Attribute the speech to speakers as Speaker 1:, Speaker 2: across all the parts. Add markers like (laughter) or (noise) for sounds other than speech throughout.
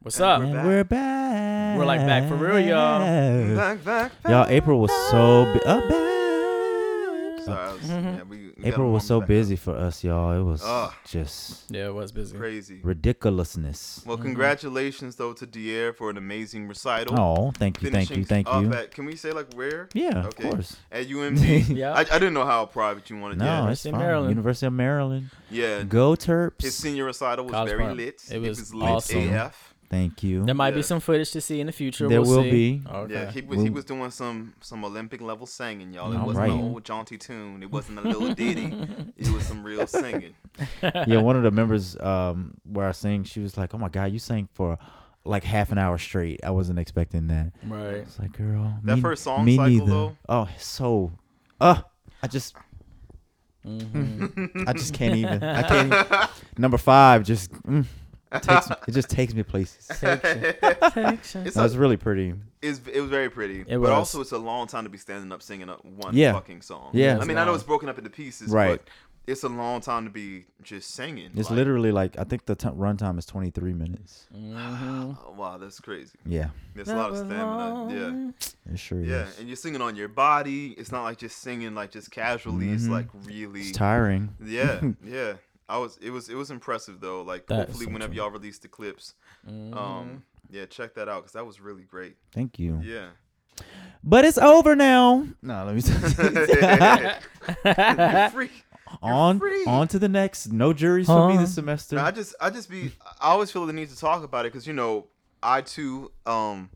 Speaker 1: What's up?
Speaker 2: We're
Speaker 1: We're,
Speaker 2: back.
Speaker 3: And we're back.
Speaker 1: like back for real, y'all.
Speaker 2: Back, back, back.
Speaker 3: Y'all, April was so bu- uh, back.
Speaker 2: Sorry, I was, yeah, we, we gotta
Speaker 3: Mm-hmm. April
Speaker 2: warm
Speaker 3: was so
Speaker 2: back up.
Speaker 3: busy for us, y'all. It was
Speaker 2: Ugh.
Speaker 3: just
Speaker 1: yeah, it was busy.
Speaker 3: (laughs)
Speaker 2: Crazy.
Speaker 3: ridiculousness.
Speaker 2: Well, congratulations though to Dier for an amazing recital.
Speaker 3: Oh, thank you, thank you,
Speaker 2: Finishing
Speaker 3: thank
Speaker 2: off
Speaker 3: you.
Speaker 2: At, can we say like where?
Speaker 3: Yeah, of course.
Speaker 2: At
Speaker 3: (laughs)
Speaker 2: UMD.
Speaker 1: Yeah.
Speaker 2: I, I didn't know how private you wanted.
Speaker 3: No,
Speaker 2: yeah.
Speaker 3: it's
Speaker 1: University of
Speaker 3: fine.
Speaker 1: Maryland.
Speaker 3: University
Speaker 2: (laughs)
Speaker 3: of Maryland.
Speaker 2: yeah.
Speaker 3: Go Terps.
Speaker 2: His senior recital was
Speaker 1: College
Speaker 2: very
Speaker 1: Park.
Speaker 2: lit.
Speaker 1: It was
Speaker 2: lit
Speaker 1: awesome.
Speaker 2: AF.
Speaker 1: (laughs)
Speaker 3: Thank you.
Speaker 1: There might
Speaker 2: Yeah.
Speaker 1: be some footage to see in the future.
Speaker 3: There
Speaker 1: we'll
Speaker 3: will
Speaker 1: see.
Speaker 3: be.
Speaker 1: Okay.
Speaker 2: Yeah, he was he was doing some some Olympic level singing, y'all. It
Speaker 3: All
Speaker 2: wasn't
Speaker 3: right.
Speaker 2: an old jaunty tune. It wasn't a little ditty.
Speaker 1: (laughs)
Speaker 2: it was some real singing.
Speaker 3: yeah, one of the members um, where I sang, she was like, "Oh my God, you sang for like half an hour straight. I wasn't expecting that."
Speaker 1: right.
Speaker 3: It's like, girl,
Speaker 2: That
Speaker 3: me-
Speaker 2: first song
Speaker 3: me
Speaker 2: cycle,
Speaker 3: neither.
Speaker 2: though.
Speaker 3: Oh, so, uh, I just,
Speaker 1: Mm-hmm.
Speaker 2: (laughs)
Speaker 3: I just can't even. I can't. Even. Number five just mm, takes. It just takes me places.
Speaker 1: (laughs)
Speaker 2: (laughs) It's
Speaker 3: That was
Speaker 2: a,
Speaker 3: really pretty.
Speaker 2: it's, it was very pretty.
Speaker 1: It
Speaker 2: But
Speaker 1: was.
Speaker 2: also, it's a long time to be standing up singing up one
Speaker 3: Yeah.
Speaker 2: fucking song.
Speaker 3: Yeah.
Speaker 2: I
Speaker 3: It's
Speaker 2: mean, I know
Speaker 1: long.
Speaker 2: it's broken up into pieces,
Speaker 3: Right.
Speaker 2: but it's a long time to be just singing.
Speaker 3: It's
Speaker 2: like,
Speaker 3: literally like I think the t- run time is twenty three minutes.
Speaker 1: Mm-hmm.
Speaker 2: oh, wow, that's crazy.
Speaker 3: Yeah,
Speaker 2: There's a lot of stamina. Yeah.
Speaker 3: it sure
Speaker 2: Yeah,
Speaker 3: is.
Speaker 2: and you're singing on your body. It's not like just singing like just casually. It's like really
Speaker 3: Mm-hmm. It's tiring.
Speaker 2: (laughs)
Speaker 3: (laughs)
Speaker 2: Yeah, yeah. I was it was it was impressive though. Like
Speaker 1: That is
Speaker 2: hopefully
Speaker 1: so
Speaker 2: whenever
Speaker 1: true.
Speaker 2: y'all release the clips,
Speaker 3: Mm-hmm.
Speaker 2: um, yeah, check that out because that was really great.
Speaker 3: Thank you. (laughs)
Speaker 2: Yeah. (laughs)
Speaker 3: But it's over now. No, let me.
Speaker 2: You're free.
Speaker 3: (laughs) on
Speaker 2: free.
Speaker 3: on to the next. No juries for me
Speaker 1: Huh?
Speaker 3: this semester.
Speaker 2: No, I just I just be I always feel the need to talk about it because you know I too um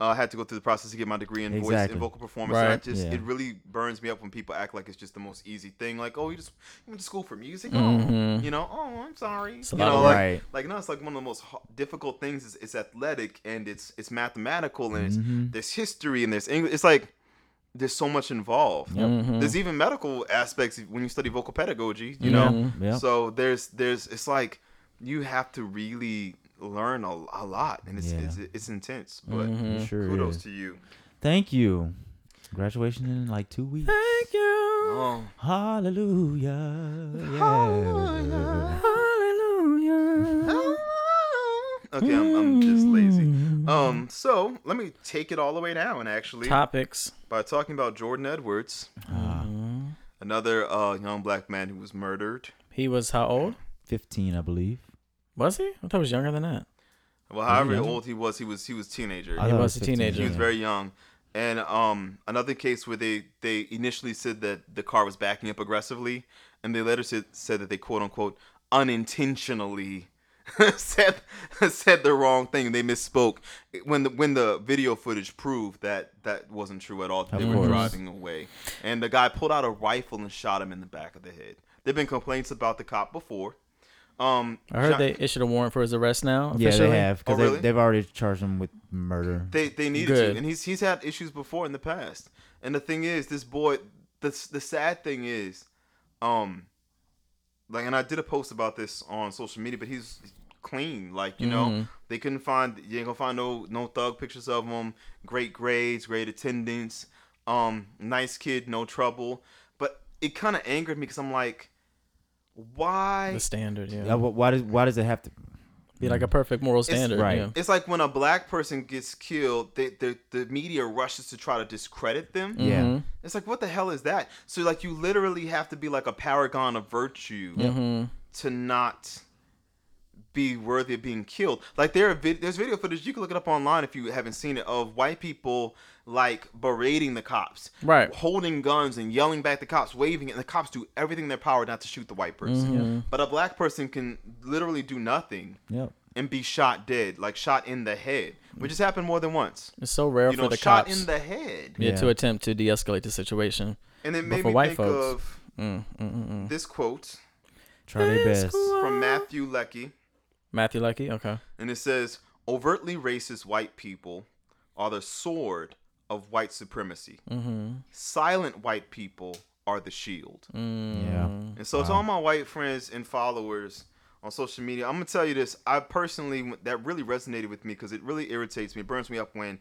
Speaker 2: uh, had to go through the process to get my degree in voice
Speaker 3: Exactly.
Speaker 2: and vocal performance. And I
Speaker 1: Right.
Speaker 2: just
Speaker 3: Yeah.
Speaker 2: it really burns me up when people act like it's just the most easy thing. Like oh you just you went to school for music, oh you know oh I'm sorry,
Speaker 1: Mm-hmm. a
Speaker 2: you
Speaker 1: lot
Speaker 2: know
Speaker 1: of
Speaker 2: like
Speaker 3: work.
Speaker 2: like no it's like one of the most ho- difficult things is it's athletic and it's it's mathematical and
Speaker 1: Mm-hmm.
Speaker 2: it's there's history and there's English. It's like there's so much involved.
Speaker 1: Mm-hmm.
Speaker 2: There's even medical aspects when you study vocal pedagogy, you know.
Speaker 3: Yeah, yeah.
Speaker 2: Mm-hmm. So there's there's it's like you have to really learn a, a lot, and it's
Speaker 3: Yeah.
Speaker 2: it's, it's intense. But
Speaker 3: It sure
Speaker 2: kudos
Speaker 3: is.
Speaker 2: to you.
Speaker 3: Thank you. Graduation in like two weeks.
Speaker 1: Thank you.
Speaker 2: Oh,
Speaker 3: Hallelujah. Yeah.
Speaker 1: Hallelujah.
Speaker 2: okay, I'm, I'm just lazy.
Speaker 3: Mm-hmm. Oh,
Speaker 2: Um, so let me take it all the way down actually
Speaker 1: Topics. Mm-hmm.
Speaker 2: by talking about Jordan Edwards,
Speaker 3: Uh.
Speaker 2: another uh, young black man who was murdered.
Speaker 1: He was how old?
Speaker 3: 15, I believe.
Speaker 1: Was he? I thought he was younger than that.
Speaker 2: Well, however old he was, he was he was teenager.
Speaker 3: I
Speaker 1: He
Speaker 3: thought it
Speaker 1: was a
Speaker 3: 15,
Speaker 1: teenager.
Speaker 2: He
Speaker 3: yeah.
Speaker 2: was very young. And um, another case where they, they initially said that the car was backing up aggressively, and they later said, said that they quote unquote unintentionally (laughs) said said the wrong thing. They misspoke when the when the video footage proved that that wasn't true at all. They were
Speaker 3: course.
Speaker 2: driving away, and the guy pulled out a rifle and shot him in the back of the head. There've been complaints about the cop before. Um,
Speaker 1: I heard
Speaker 2: John-
Speaker 1: they issued a warrant for his arrest now.
Speaker 3: Yeah,
Speaker 1: Officially.
Speaker 3: they have because
Speaker 2: Oh, really?
Speaker 3: they, they've already charged him with murder.
Speaker 2: They they needed
Speaker 1: Good.
Speaker 2: to, and he's he's had issues before in the past. And the thing is, this boy, the the sad thing is, um, like, and I did a post about this on social media, but he's clean. Like, you know, they couldn't find you ain't gonna find no no thug pictures of him. Great grades, great attendance, um, nice kid, no trouble. But it kind of angered me because I'm like, why?
Speaker 1: The standard, yeah.
Speaker 3: Uh, wh- why does why does it have to?
Speaker 1: Be like a perfect moral standard.
Speaker 3: right.
Speaker 1: Yeah.
Speaker 2: It's like when a black person gets killed, they, the the media rushes to try to discredit them.
Speaker 3: Yeah,
Speaker 1: Mm-hmm.
Speaker 2: It's like, what the hell is that? So, like, you literally have to be like a paragon of virtue
Speaker 1: Mm-hmm.
Speaker 2: to not be worthy of being killed. Like, there are vid- there's video footage you can look it up online if you haven't seen it of white people like berating the cops,
Speaker 1: Right.
Speaker 2: Holding guns and yelling back the cops, waving it. And the cops do everything in their power not to shoot the white person,
Speaker 1: Mm-hmm.
Speaker 2: but a black person can literally do nothing
Speaker 3: yep.
Speaker 2: and be shot dead, like shot in the head, which has happened more than once.
Speaker 1: It's so rare
Speaker 2: You
Speaker 1: for
Speaker 2: know,
Speaker 1: the
Speaker 2: shot
Speaker 1: cops
Speaker 2: in the head.
Speaker 1: yeah,
Speaker 3: Yeah.
Speaker 1: to attempt to de escalate the situation.
Speaker 2: And it
Speaker 1: But
Speaker 2: made
Speaker 1: for
Speaker 2: me
Speaker 1: white
Speaker 2: think
Speaker 1: folks, mm,
Speaker 2: of this quote
Speaker 3: Try their best.
Speaker 2: from Matthew Leckie,
Speaker 1: Matthew Lucky? Okay.
Speaker 2: and it says, "Overtly racist white people are the sword of white supremacy.
Speaker 1: Mm-hmm.
Speaker 2: Silent white people are the shield."
Speaker 3: Yeah,
Speaker 1: Mm.
Speaker 2: And so, to all my white friends and followers on social media, I'm gonna tell you this. I personally that really resonated with me because it really irritates me, it burns me up when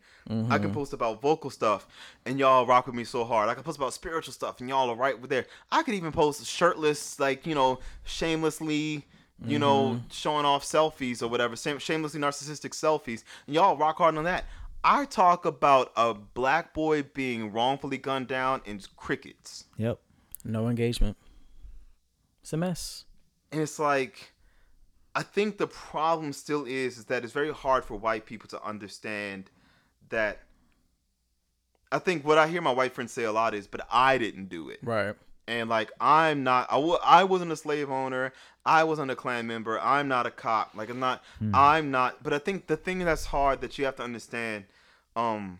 Speaker 2: I can post about vocal stuff and y'all rock with me so hard. I can post about spiritual stuff and y'all are right with there. I could even post shirtless, like you know, shamelessly. you know, showing off selfies or whatever, shame- shamelessly narcissistic selfies. And y'all rock hard on that. I talk about a black boy being wrongfully gunned down in crickets.
Speaker 3: Yep.
Speaker 1: No engagement. It's a mess.
Speaker 2: and it's like i think the problem still is is that it's very hard for white people to understand that i think what i hear my white friends say a lot is but i didn't do it
Speaker 1: Right.
Speaker 2: and like i'm not I w- I wasn't a slave owner i wasn't a clan member i'm not a cop like i'm not i'm not but i think the thing that's hard that you have to understand um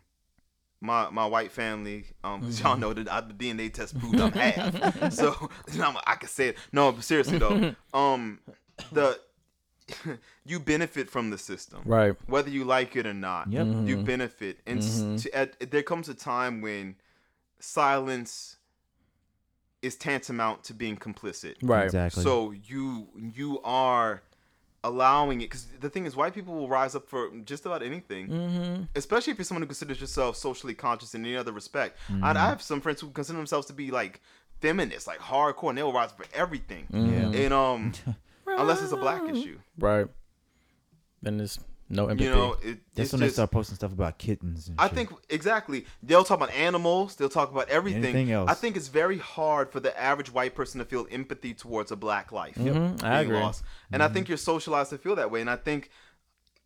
Speaker 2: my my white family um 'cause y'all know that I, the dna test proved i'm half so (laughs) I'm, i can say it no but seriously though um the (laughs) you benefit from the system
Speaker 1: Right.
Speaker 2: whether you like it or not
Speaker 3: Yep.
Speaker 2: you benefit and s-
Speaker 3: Mm-hmm.
Speaker 2: to, at, there comes a time when silence is tantamount to being complicit
Speaker 1: Right.
Speaker 3: Exactly.
Speaker 2: so you you are allowing it because the thing is white people will rise up for just about anything
Speaker 3: Mm.
Speaker 1: Mm-hmm.
Speaker 2: especially if you're someone who considers yourself socially conscious in any other respect I,
Speaker 3: Mm-hmm.
Speaker 2: I have some friends who consider themselves to be like feminists like hardcore and they'll rise up for everything
Speaker 3: Yeah.
Speaker 1: Mm-hmm.
Speaker 3: (laughs)
Speaker 2: and um unless it's a black issue
Speaker 1: Right. Then there's no empathy.
Speaker 2: you know it,
Speaker 3: That's
Speaker 2: it's
Speaker 3: when they
Speaker 2: just,
Speaker 3: start posting stuff about kittens. And
Speaker 2: I
Speaker 3: shit.
Speaker 2: think exactly. They'll talk about animals. They'll talk about everything.
Speaker 3: Anything else.
Speaker 2: I think it's very hard for the average white person to feel empathy towards a black life.
Speaker 3: Mm-hmm.
Speaker 1: Mhm, I
Speaker 2: being
Speaker 1: agree.
Speaker 2: And I think you're socialized to feel that way. And I think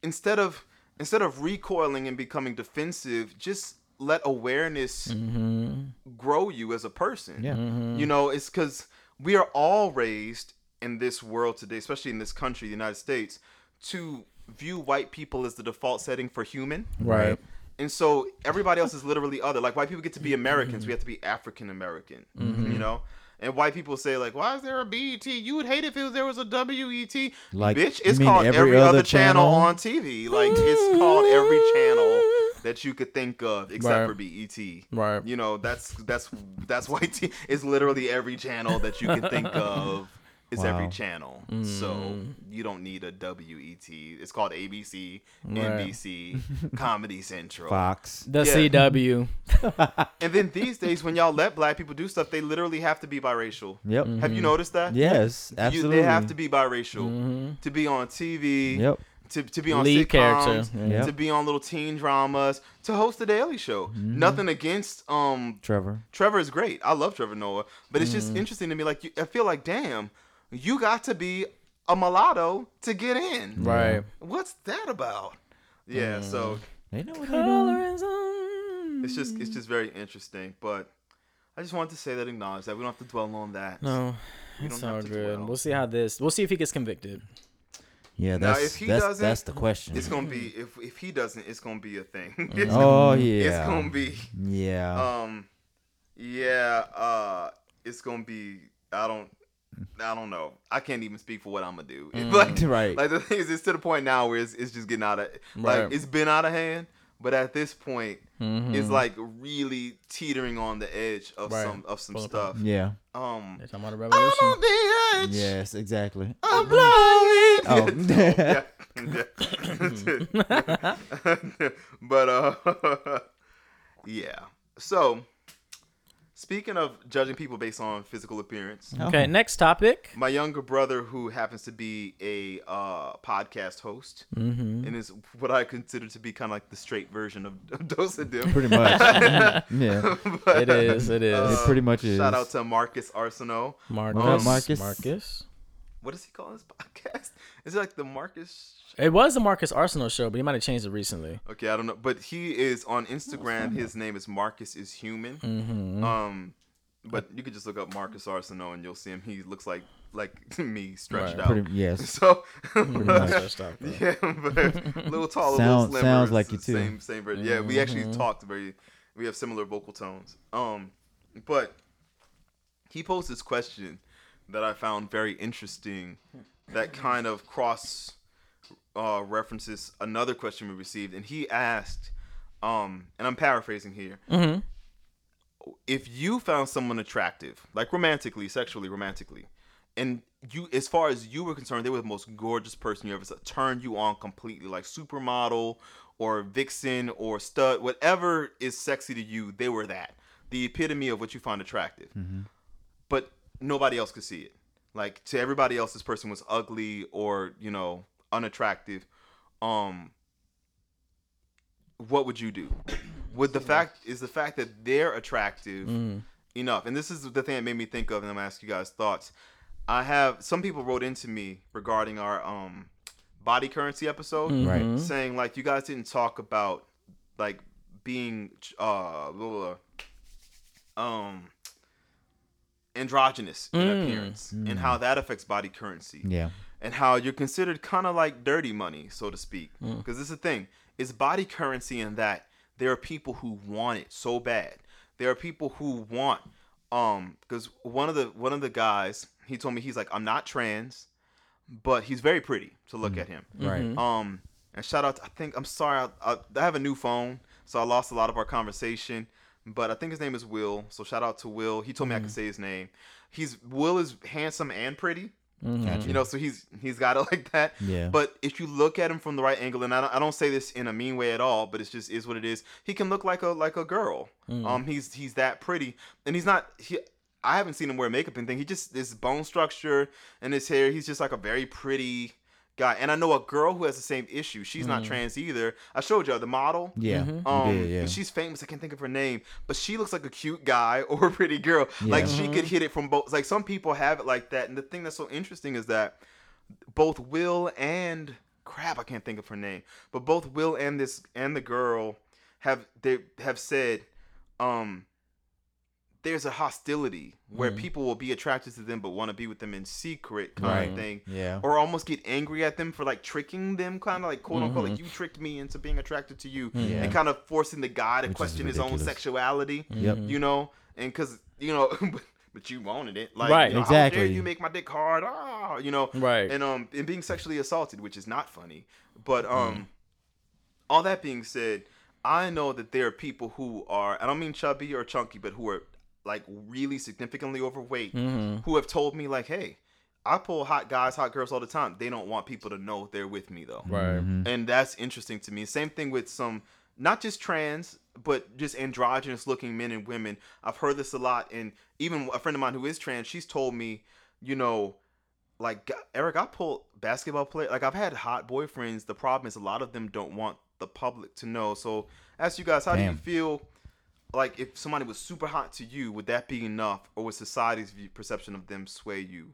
Speaker 2: instead of instead of recoiling and becoming defensive, just let awareness grow you as a person.
Speaker 3: Yeah.
Speaker 2: You know, it's because we are all raised in this world today, especially in this country, the United States, to view white people as the default setting for human.
Speaker 1: Right.
Speaker 2: And so everybody else is literally other. Like white people get to be Americans, we have to be African American.
Speaker 3: Mm-hmm.
Speaker 2: You know? And white people say like, "Why is there a BET? You would hate if it was, there was a WET."
Speaker 3: Like,
Speaker 2: bitch,
Speaker 3: you
Speaker 2: it's
Speaker 3: mean
Speaker 2: called every, other, channel?
Speaker 3: channel?
Speaker 2: on TV. Like, it's called every channel that you could think of,
Speaker 1: Right.
Speaker 2: except for BET.
Speaker 1: Right.
Speaker 2: You know, that's that's that's white. T- it's literally every channel that you can think of. It's every
Speaker 3: Wow. Mm.
Speaker 2: channel, so you don't need a WET. It's called ABC, NBC, Comedy Central.
Speaker 3: Fox.
Speaker 1: The
Speaker 2: Yeah.
Speaker 1: CW.
Speaker 2: And then these days, when y'all let black people do stuff, they literally have to be biracial.
Speaker 3: Yep.
Speaker 1: Mm-hmm.
Speaker 2: Have you noticed that?
Speaker 3: Yes,
Speaker 2: You-
Speaker 3: absolutely.
Speaker 2: they have to be biracial to be on TV.
Speaker 3: Yep.
Speaker 2: To, to be on
Speaker 1: Lead
Speaker 2: sitcoms,
Speaker 1: character.
Speaker 3: Yeah.
Speaker 2: to be on little teen dramas, to host the Daily Show. Nothing against um
Speaker 3: Trevor.
Speaker 2: Trevor is great. I love Trevor Noah, but it's just interesting to me. Like you, I feel like, damn, you got to be a mulatto to get in.
Speaker 1: Right.
Speaker 2: What's that about? Yeah. So
Speaker 3: They know what they're doing.
Speaker 2: it's just it's just very interesting. But I just wanted to say that acknowledge that we don't have to dwell on that.
Speaker 1: No,
Speaker 2: We
Speaker 1: it's
Speaker 2: don't have
Speaker 1: all
Speaker 2: to
Speaker 1: good.
Speaker 2: dwell.
Speaker 1: We'll see how this. We'll see if he gets convicted.
Speaker 3: Yeah,
Speaker 2: Now,
Speaker 3: that's
Speaker 2: if he
Speaker 3: that's
Speaker 2: doesn't,
Speaker 3: that's the question.
Speaker 2: It's gonna be if if he doesn't, it's gonna be a thing. (laughs) it's,
Speaker 3: oh yeah.
Speaker 2: it's gonna be
Speaker 3: Yeah.
Speaker 2: um yeah uh it's gonna be I don't I don't know I can't even speak for what I'm gonna do. (laughs) Like
Speaker 3: Mm. (laughs) Right.
Speaker 2: like the thing is, it's to the point now where it's, it's just getting out of like
Speaker 1: Right.
Speaker 2: it's been out of hand. But at this point,
Speaker 3: Mm-hmm.
Speaker 2: it's like really teetering on the edge of
Speaker 1: Right.
Speaker 2: some of some
Speaker 1: Full of
Speaker 2: stuff.
Speaker 3: yeah.
Speaker 2: Um,
Speaker 1: It's about a
Speaker 2: I'm
Speaker 1: revolution.
Speaker 2: on the edge.
Speaker 3: Yes, exactly.
Speaker 2: I'm blowing.
Speaker 3: Oh.
Speaker 2: yeah. Oh, yeah. (laughs) but uh, yeah. So, speaking of judging people based on physical appearance,
Speaker 3: Mm-hmm.
Speaker 1: Okay, next topic.
Speaker 2: my younger brother, who happens to be a uh, podcast host,
Speaker 3: Mm-hmm.
Speaker 1: Mm-hmm.
Speaker 2: and is what I consider to be kind of like the straight version of, of Dosa Dim.
Speaker 3: Pretty
Speaker 1: (laughs)
Speaker 3: much. Mm-hmm. yeah.
Speaker 2: (laughs) But, uh,
Speaker 1: It is. It
Speaker 2: (laughs)
Speaker 1: is.
Speaker 3: It pretty much is.
Speaker 2: Shout out to Marcus Arsenault.
Speaker 1: Marcus.
Speaker 3: What up, Marcus?
Speaker 1: Marcus.
Speaker 2: What does he call his podcast? Is it like the Marcus
Speaker 1: It was the Marcus Arsenal show, but he might have changed it
Speaker 2: (laughs)
Speaker 1: recently.
Speaker 2: Okay, I don't know, but he is on Instagram. His name is Marcus is Human. Um, but you could just look up Marcus Arsenault and you'll see him. He looks like like (laughs) me stretched out.
Speaker 3: Pretty, yes.
Speaker 2: (laughs) so
Speaker 1: Marcus Arsenal show.
Speaker 2: yeah, (laughs) but a little taller, a little
Speaker 3: Sound-
Speaker 2: slimmer.
Speaker 3: sounds
Speaker 2: it's
Speaker 3: like
Speaker 2: the
Speaker 3: you, too. Mm-hmm.
Speaker 2: Same, same. ver- Yeah, we actually talked very. We have similar vocal tones. Um, but he posed this question that I found very interesting. That kind of cross uh, references another question we received, and he asked, um, and I'm paraphrasing here. If you found someone attractive, like romantically, sexually, romantically, and you, as far as you were concerned, they were the most gorgeous person you ever saw, turned you on completely, like supermodel or vixen or stud, whatever is sexy to you, they were that, the epitome of what you find attractive. But nobody else could see it. Like to everybody else, this person was ugly or you know unattractive. Um, what would you do? Would the fact is the fact that they're attractive enough? And this is the thing that made me think of, and I'm gonna ask you guys thoughts. I have some people wrote into me regarding our um body currency episode,
Speaker 3: Right.
Speaker 2: saying like you guys didn't talk about like being uh blah, blah, blah, um androgynous in appearance and how that affects body currency
Speaker 3: Yeah.
Speaker 2: and how you're considered kind of like dirty money, so to speak. Because this is the thing: it's body currency in that there are people who want it so bad. There are people who want, um, because one of the one of the guys he told me he's like, I'm not trans, but he's very pretty to look at him.
Speaker 1: Mm-hmm,
Speaker 3: Right.
Speaker 2: Um, and shout out. To, I think I'm sorry. I, I, I have a new phone, so I lost a lot of our conversation. But I think his name is Will. So shout out to Will. He told me I could say his name. He's Will is handsome and pretty.
Speaker 1: mm-hmm.
Speaker 2: You know, so he's he's got it (laughs) like that.
Speaker 3: Yeah.
Speaker 2: But if you look at him from the right angle, and I don't, I don't say this in a mean way at all, but it's just is what it is. He can look like a like a girl.
Speaker 3: Hmm.
Speaker 2: Um, he's he's that pretty, and he's not he. I haven't seen him wear makeup and thing. He just his bone structure and his hair. He's just like a very pretty guy. And I know a girl who has the same issue. She's not trans either. I showed you the model.
Speaker 3: Hmm. Yeah.
Speaker 1: Mm-hmm.
Speaker 3: You
Speaker 2: Um,
Speaker 3: did, yeah.
Speaker 2: but she's famous. I can't think of her name, but she looks like a cute guy (laughs) or a pretty girl. Like she could hit it from both. Like some people have it like that. And the thing that's so interesting is that both Will and crap, I can't think of her name, but both Will and this and the girl have they have said, um, there's a hostility where
Speaker 3: Mm-hmm.
Speaker 2: people will be attracted to them but want to be with them in secret kind
Speaker 3: Right.
Speaker 2: of thing
Speaker 3: Yeah.
Speaker 2: or almost get angry at them for like tricking them, kind of like quote unquote, like you tricked me into being attracted to you,
Speaker 3: Mm-hmm. Yeah.
Speaker 2: and kind of forcing the guy to
Speaker 3: Which is
Speaker 2: question his own
Speaker 3: ridiculous.
Speaker 2: sexuality.
Speaker 3: Yep.
Speaker 2: You know, and because you know, (laughs) but, but you wanted it, like
Speaker 1: Right,
Speaker 2: you know, How
Speaker 3: exactly.
Speaker 2: dare you make my dick hard? Ah, you know,
Speaker 1: Right.
Speaker 2: And um, and being sexually assaulted, which is not funny,
Speaker 3: Mm.
Speaker 2: but um, all that being said, I know that there are people who are I don't mean chubby or chunky, but who are like really significantly overweight who have told me like, hey. I pull hot guys, hot girls all the time. They don't want people to know they're with me though.
Speaker 1: Right.
Speaker 2: And that's interesting to me. Same thing with some not just trans, but just androgynous looking men and women. I've heard this a lot and even a friend of mine who is trans, she's told me, you know, like g- Eric, I pull basketball player. Like I've had hot boyfriends. The problem is a lot of them don't want the public to know. So, ask you guys, how do
Speaker 3: Damn.
Speaker 2: you feel? Like if somebody was super hot to you, would that be enough, or would society's view, perception of them sway you?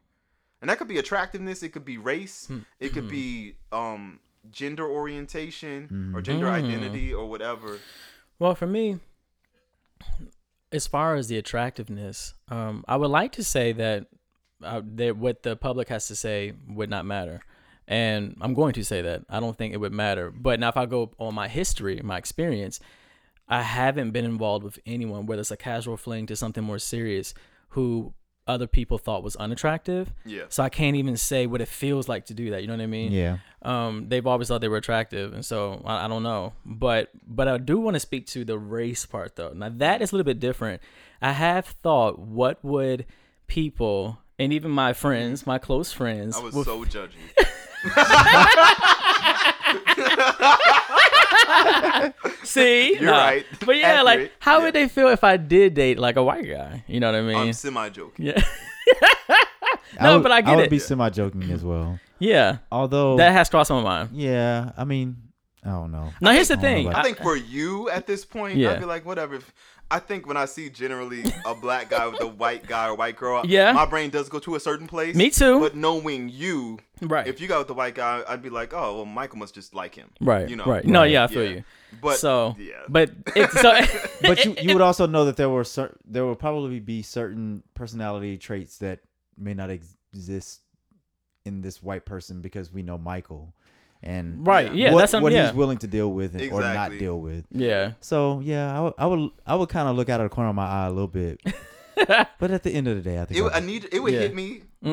Speaker 2: And that could be attractiveness. It could be race.
Speaker 1: Hmm.
Speaker 2: It could be um gender orientation
Speaker 1: Hmm.
Speaker 2: or gender identity or whatever.
Speaker 1: Well, for me, as far as the attractiveness, um, I would like to say that, uh, that what the public has to say would not matter. And I'm going to say that. I don't think it would matter. But now, if I go on my history, my experience, I haven't been involved with anyone, whether it's a casual fling to something more serious, who other people thought was unattractive.
Speaker 2: Yeah.
Speaker 1: So I can't even say what it feels like to do that. You know what I mean?
Speaker 3: Yeah.
Speaker 1: um, they've always thought they were attractive, and so I, I don't know. But but I do want to speak to the race part though. Now that is a little bit different. I have thought, what would people and even my friends, my close friends,
Speaker 2: I was
Speaker 1: would-
Speaker 2: so judging.
Speaker 1: (laughs) see?
Speaker 2: (laughs) You're right.
Speaker 1: But yeah, like
Speaker 2: Accurate.
Speaker 1: how
Speaker 2: Yeah.
Speaker 1: would they feel if I did date like a white guy? You know what I mean?
Speaker 2: I'm semi joking.
Speaker 1: yeah, No,
Speaker 3: would,
Speaker 1: but I get
Speaker 3: would
Speaker 1: it.
Speaker 3: be semi joking as well.
Speaker 1: yeah.
Speaker 3: Although,
Speaker 1: That has crossed my mind.
Speaker 3: yeah, I mean, I don't know.
Speaker 1: Now here's the
Speaker 3: don't know
Speaker 1: thing.
Speaker 3: about
Speaker 2: I think for you at this point,
Speaker 1: Yeah.
Speaker 2: I'd be like, whatever. If- I think when I see generally a black guy with a white guy or white girl,
Speaker 1: Yeah.
Speaker 2: my brain does go to a certain place.
Speaker 1: Me too.
Speaker 2: But knowing you,
Speaker 1: Right.
Speaker 2: If you got with the white guy, I'd be like, oh, well, Michael must just like him,
Speaker 1: right.
Speaker 2: You know,
Speaker 1: right. No, yeah, I feel
Speaker 2: Yeah.
Speaker 1: you.
Speaker 2: But
Speaker 1: so,
Speaker 2: yeah,
Speaker 1: but it's so. (laughs)
Speaker 3: but you, you would also know that there were cer- there would probably be certain personality traits that may not ex- exist in this white person because we know Michael
Speaker 2: (laughs)
Speaker 3: and
Speaker 1: right. Yeah,
Speaker 3: what,
Speaker 1: that's something.
Speaker 3: what
Speaker 1: Yeah.
Speaker 3: he's willing to deal with and, or not
Speaker 2: Exactly.
Speaker 3: deal with. (laughs)
Speaker 1: yeah.
Speaker 3: So yeah, I would I would, I would kind of look out of the corner of my eye a little bit,
Speaker 1: (laughs)
Speaker 3: but at the end of the day, I think
Speaker 2: it, would-
Speaker 3: I,
Speaker 2: I need it would
Speaker 1: Yeah.
Speaker 2: hit me (laughs)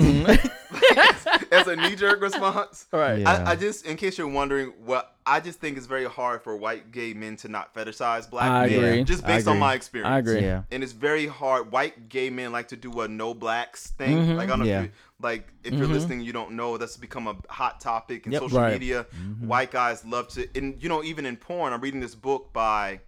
Speaker 2: as a knee jerk response.
Speaker 1: All Mm-hmm. right.
Speaker 3: Yeah.
Speaker 2: I, I just, in case you're wondering, what I just think it's very hard for white gay men to not fetishize black
Speaker 1: I
Speaker 2: men,
Speaker 1: agree.
Speaker 2: just
Speaker 3: I
Speaker 2: based on
Speaker 3: agree.
Speaker 2: my experience.
Speaker 1: I agree.
Speaker 3: yeah,
Speaker 2: and it's very hard. White gay men like to do a no blacks thing. Like I don't know
Speaker 3: Mm-hmm. Yeah. Mm-hmm.
Speaker 2: if you, like if you're listening, you don't know that's become a hot topic in
Speaker 3: Yep. Mm-hmm.
Speaker 2: social
Speaker 1: Right.
Speaker 2: media. White guys love to, and you know even in
Speaker 3: Mm.
Speaker 2: porn. I'm reading this book by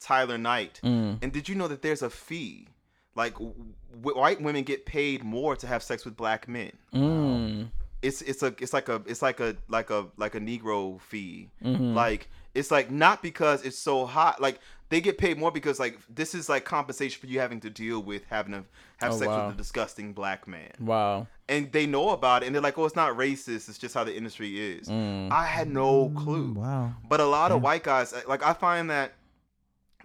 Speaker 2: Tyler Knight, and did you know that there's a fee? Like w- w- white women get paid more to have sex with black men.
Speaker 1: Mm.
Speaker 2: It's it's a it's like a it's like a like a like a Negro fee.
Speaker 1: Mm-hmm.
Speaker 2: Like it's like not because it's so hot. Like they get paid more because like this is like compensation for you having to deal with having to have
Speaker 1: Oh,
Speaker 2: sex
Speaker 1: wow.
Speaker 2: with a disgusting black man
Speaker 1: Wow.
Speaker 2: and they know about it and they're like oh it's not racist it's just how the industry is
Speaker 1: Mm.
Speaker 2: i had no clue
Speaker 3: Wow.
Speaker 2: but a lot of white guys like i find that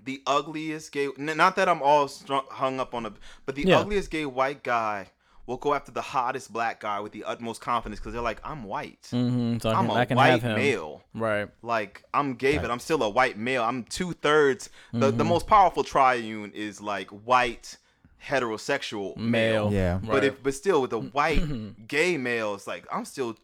Speaker 2: the ugliest gay n- not that i'm all strung, hung up on a but the
Speaker 1: Yeah.
Speaker 2: ugliest gay white guy will go after the hottest black guy with the utmost confidence because they're like i'm white
Speaker 1: Mm-hmm. So I
Speaker 2: i'm
Speaker 1: can,
Speaker 2: a
Speaker 1: I can
Speaker 2: white
Speaker 1: have him.
Speaker 2: male
Speaker 1: Right.
Speaker 2: like I'm gay, but I'm still a white male. I'm two thirds. The the
Speaker 1: Mm-hmm.
Speaker 2: most powerful triune is like white heterosexual male.
Speaker 1: Male.
Speaker 3: Yeah.
Speaker 2: But
Speaker 1: Right. Mm-hmm.
Speaker 2: if but still with the white gay male, it's like I'm still.